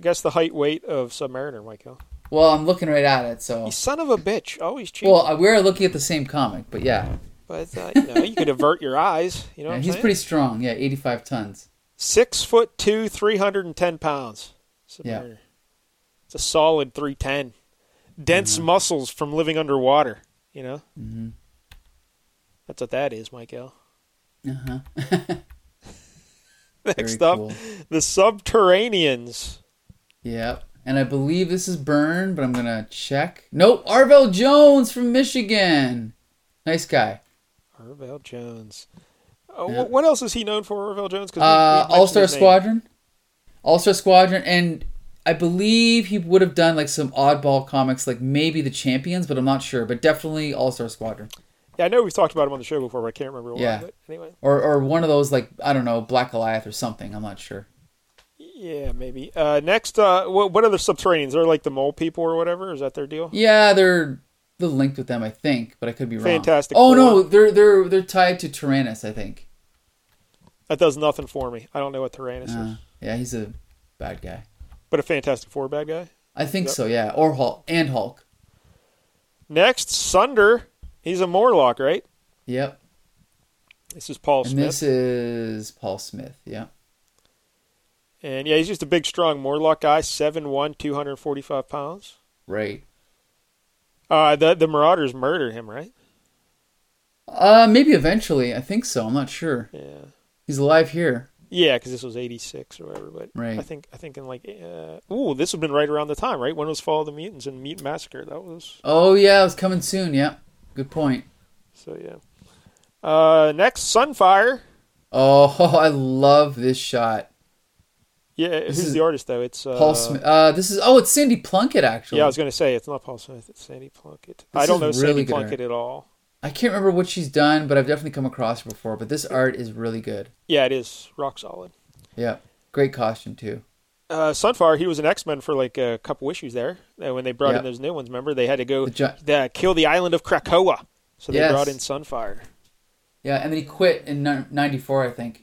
guess the height weight of Submariner, Michael?
Well, I'm looking right at it, so
You son of a bitch, always cheating.
well, uh, we're looking at the same comic, but yeah,
but uh, you know, you could avert your eyes. You know, what
yeah
I'm
he's
saying?
pretty strong. Yeah, 85 tons.
Six foot two, three hundred and ten pounds.
Yeah.
Submariner. It's a solid three ten. Dense
Mm-hmm.
muscles from living underwater. You know. Mm-hmm. That's what that is, Michael.
Uh-huh.
Next up, the Subterraneans.
Yep. And I believe this is Byrne, but I'm going to check. Nope, Arvell Jones from Michigan. Nice guy.
Arvell Jones. Oh, wh- What else is he known for, Arvell Jones? 'Cause we- we
Uh,
mentioned
All Star
his name.
Squadron. All Star Squadron. And I believe he would have done like some oddball comics, like maybe The Champions, but I'm not sure. But definitely All Star Squadron.
Yeah, I know we've talked about him on the show before, but I can't remember why.
Yeah.
But anyway,
Or, or one of those, like, I don't know, Black Goliath or something. I'm not sure.
yeah, maybe. Uh, next, uh, what, what other subterraneans? They're like the mole people or whatever. Is that their deal?
Yeah, they're they're linked with them, I think, but I could be wrong.
Fantastic
Oh no,
Four.
they're they're they're tied to Tyrannus, I think.
That does nothing for me. I don't know what Tyrannus
Uh,
is,
yeah, he's a bad guy.
but a Fantastic Four bad guy.
I think so. Yeah, or Hulk and Hulk.
Next, Sunder. He's a Morlock, right?
Yep.
This is Paul
and
Smith.
this is Paul Smith. Yeah.
And yeah, he's just a big, strong Morlock guy, 7'1", 245 pounds.
Right.
Uh, the the Marauders murder him, right?
Uh, maybe eventually. I think so. I'm not sure.
Yeah,
He's alive here.
yeah, because this was '86 or whatever. But
Right.
I think I think in like, uh, ooh, this would have been right around the time, right? When was Fall of the Mutants and Mutant Massacre? That was
Oh yeah, it's coming soon. Yeah. Good point.
so yeah. Uh, next, Sunfire.
Oh, I love this shot.
Yeah, who's
is
the artist though? It's uh,
Paul Smith. Uh, this is oh, it's Cindy Plunkett actually.
Yeah, I was gonna say it's not Paul Smith. It's Sandy Plunkett. I
This
don't
is
know
really
Sandy
good
Plunkett at all.
I can't remember what she's done, but I've definitely come across her before. But this art is really good.
Yeah, it is rock solid.
Yeah, great costume too.
uh, Sunfire, he was an X Men for like a couple issues there. And when they brought
Yeah.
in those new ones, remember they had to go
The gi-
the, kill the island of Krakoa, so they
Yes.
brought in Sunfire.
Yeah, and then he quit in '94, I think.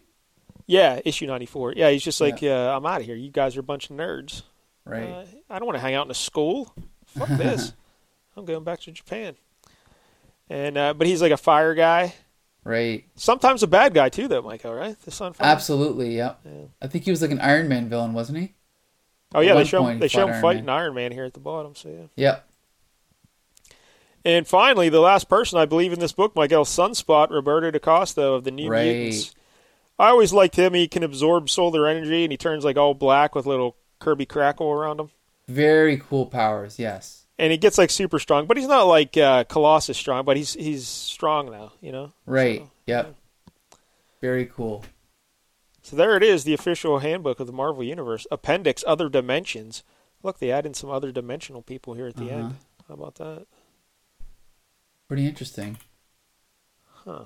Yeah, issue ninety four. Yeah, he's just like, uh, I'm out of here. You guys are a bunch of nerds.
Right.
Uh, I don't want to hang out in a school. Fuck this. I'm going back to Japan. And uh, but he's like a fire guy.
right.
Sometimes a bad guy too, though, Michael. Right? The Sunfire.
Absolutely. Yeah.
Yeah.
I think he was like an Iron Man villain, wasn't he?
Oh yeah,
At
they
one
show
point
him,
he
they show
fought
him
Iron
fighting
Man.
Iron Man here at the bottom. So yeah.
Yep.
And finally, the last person I believe in this book, Miguel Sunspot, Roberto DaCosta of the New
Right.
Mutants. I always liked him. He can absorb solar energy, and he turns like all black with little Kirby crackle around him.
Very cool powers. Yes.
And he gets like super strong, but he's not like uh, Colossus strong. But he's he's strong now, you know.
Right.
So,
yep. Very cool.
so there it is, the official handbook of the Marvel Universe appendix, other dimensions. Look, they add in some other dimensional people here at
Uh-huh.
the end. How about that?
Pretty interesting.
Huh.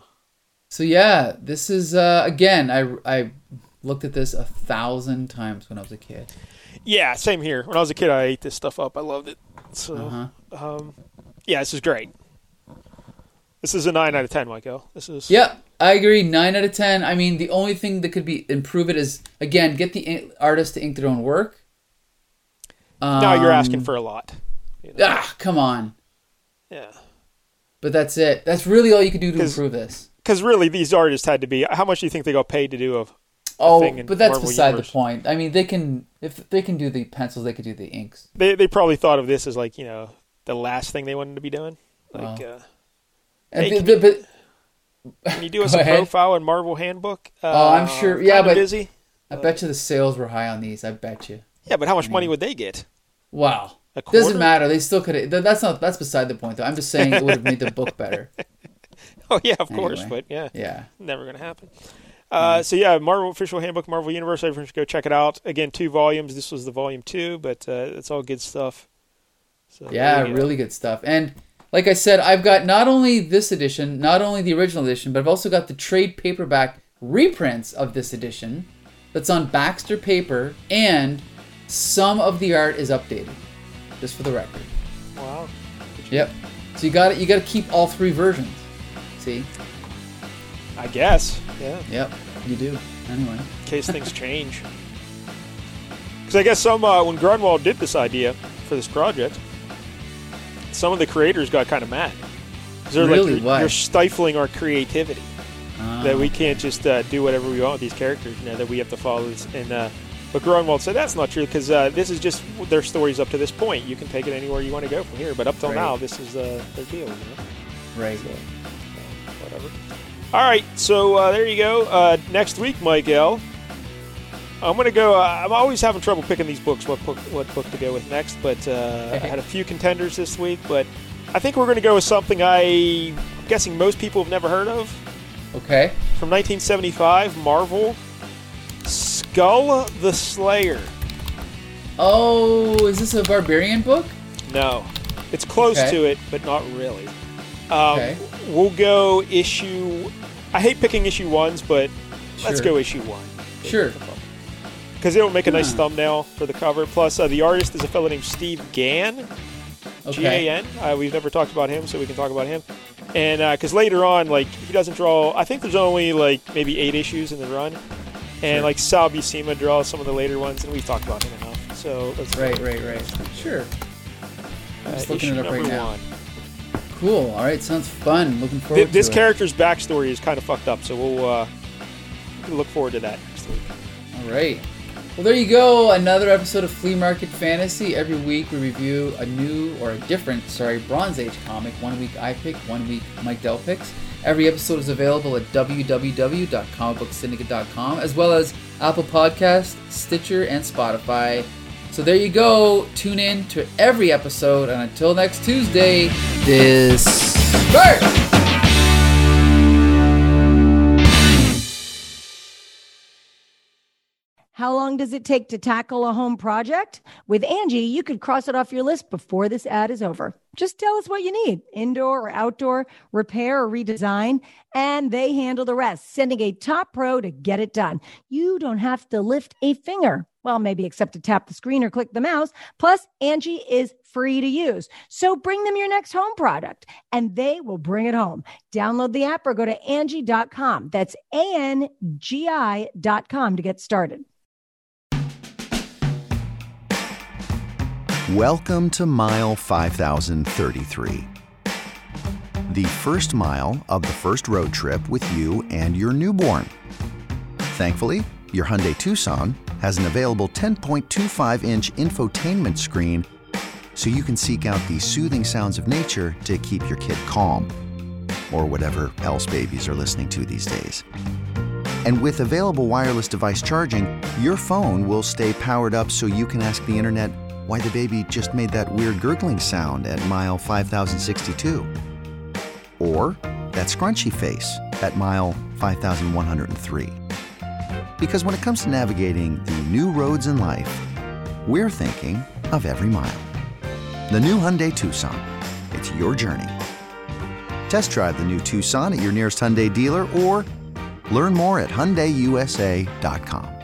So yeah, this is uh, again. I I looked at this a thousand times when I was a kid.
Yeah, same here. When I was a kid, I ate this stuff up. I loved it. So. um,
Uh-huh.
Yeah, this is great. This is a nine out of ten, Michael. This is
Yep, I agree. Nine out of ten. I mean, the only thing that could be improve it is again get the in- artist to ink their own work. Um,
now you're asking for a lot. you know?
Ah, come on.
Yeah,
But that's it. That's really all you could do to
'Cause-
improve this.
because really, these artists had to be. How much do you think they got paid to do? Of
Oh,
thing in
but that's
Marvel
beside
Universe.
the point. I mean, they can if they can do the pencils, they could do the inks.
they they probably thought of this as like you know the last thing they wanted to be doing. Like, uh,
And
Hey,
the-
can
the- but
can you do
Go
us a
ahead.
profile in Marvel Handbook? Uh,
Oh, I'm sure- yeah,
kinda
but-
busy.
I bet you the sales were high on these. I bet you.
Yeah, but how much money would they get?
Wow.
A quarter?
Doesn't matter. They still could. have That's not. That's beside the point, though. I'm just saying it would have made the book better.
Oh yeah, of course,
Anyway.
but yeah.
Yeah.
never gonna happen. Uh, so yeah, Marvel official handbook, Marvel Universe. Everyone should go check it out. Again, two volumes. This was the volume two, but uh, it's all good stuff. So
Yeah,
there you go.
really good stuff. And like I said, I've got not only this edition, not only the original edition, but I've also got the trade paperback reprints of this edition that's on Baxter paper, and some of the art is updated, just for the record.
Wow.
Yep. So you got it. You got to keep all three versions. See?
I guess. Yeah.
Yep. You do. Anyway.
In case things change. Because I guess some uh, when Grunwald did this idea for this project, some of the creators got kind of mad. 'Cause They're
Really?
like, you're,
Why?
you're stifling our creativity.
Uh,
that we can't just uh, do whatever we want with these characters now that we have to follow this and uh, but Grunwald said that's not true because uh, this is just their stories up to this point you can take it anywhere you want to go from here but up till
Right.
now this is uh, their deal you know?
right.
whatever all right so uh, there you go uh, next week Mike L I'm gonna go. Uh, I'm always having trouble picking these books. What book? What book to go with next? But uh, I had a few contenders this week. But I think we're gonna go with something I'm guessing most people have never heard of.
Okay.
From 1975, Marvel, Skull the Slayer.
Oh, is this a barbarian book?
No, it's close
Okay.
to it, but not really. Um,
Okay.
We'll go issue. I hate picking issue ones, but let's
Sure.
go issue one.
Sure.
Because it'll make a
Hmm.
nice thumbnail for the cover. Plus, uh, the artist is a fellow named Steve Gann. G A
Okay.
N. Uh, we've never talked about him, so we can talk about him. And because later on, like he doesn't draw. I think there's only like maybe eight issues in the run, and like Sal Buscema draws some of the later ones, and we've talked about him enough. So let's
Right, right, right. Sure.
uh,
I'm just looking
issue
it up right
number
now.
one.
Cool. All right. Sounds fun. Looking forward
Th- this
to
character's backstory is kind of fucked up, so we'll uh, we can look forward to that next week.
it. All right. Well, there you go. Another episode of Flea Market Fantasy. Every week we review a new or a different, sorry, Bronze Age comic. One week I pick, one week Mike Dell picks. Every episode is available at www.comicbooksyndicate.com as well as Apple Podcast, Stitcher, and Spotify. So there you go. Tune in to every episode, and until next Tuesday, disperse.
How long does it take to tackle a home project? With Angie, you could cross it off your list before this ad is over. Just tell us what you need indoor or outdoor, repair or redesign, and they handle the rest, sending a top pro to get it done. You don't have to lift a finger. Well, maybe except to tap the screen or click the mouse. Plus, Angie is free to use. So bring them your next home product and they will bring it home. Download the app or go to Angie.com. That's A N G I.com to get started.
Welcome to mile 5033. The first mile of the first road trip with you and your newborn. Thankfully, your Hyundai Tucson has an available 10.25 inch infotainment screen so you can seek out the soothing sounds of nature to keep your kid calm, or whatever else babies are listening to these days. And with available wireless device charging, your phone will stay powered up so you can ask the internet why the baby just made that weird gurgling sound at mile 5062. Or that scrunchy face at mile 5103. Because when it comes to navigating the new roads in life, we're thinking of every mile. The new Hyundai Tucson. It's your journey. Test drive the new Tucson at your nearest Hyundai dealer or Learn more at HyundaiUSA.com.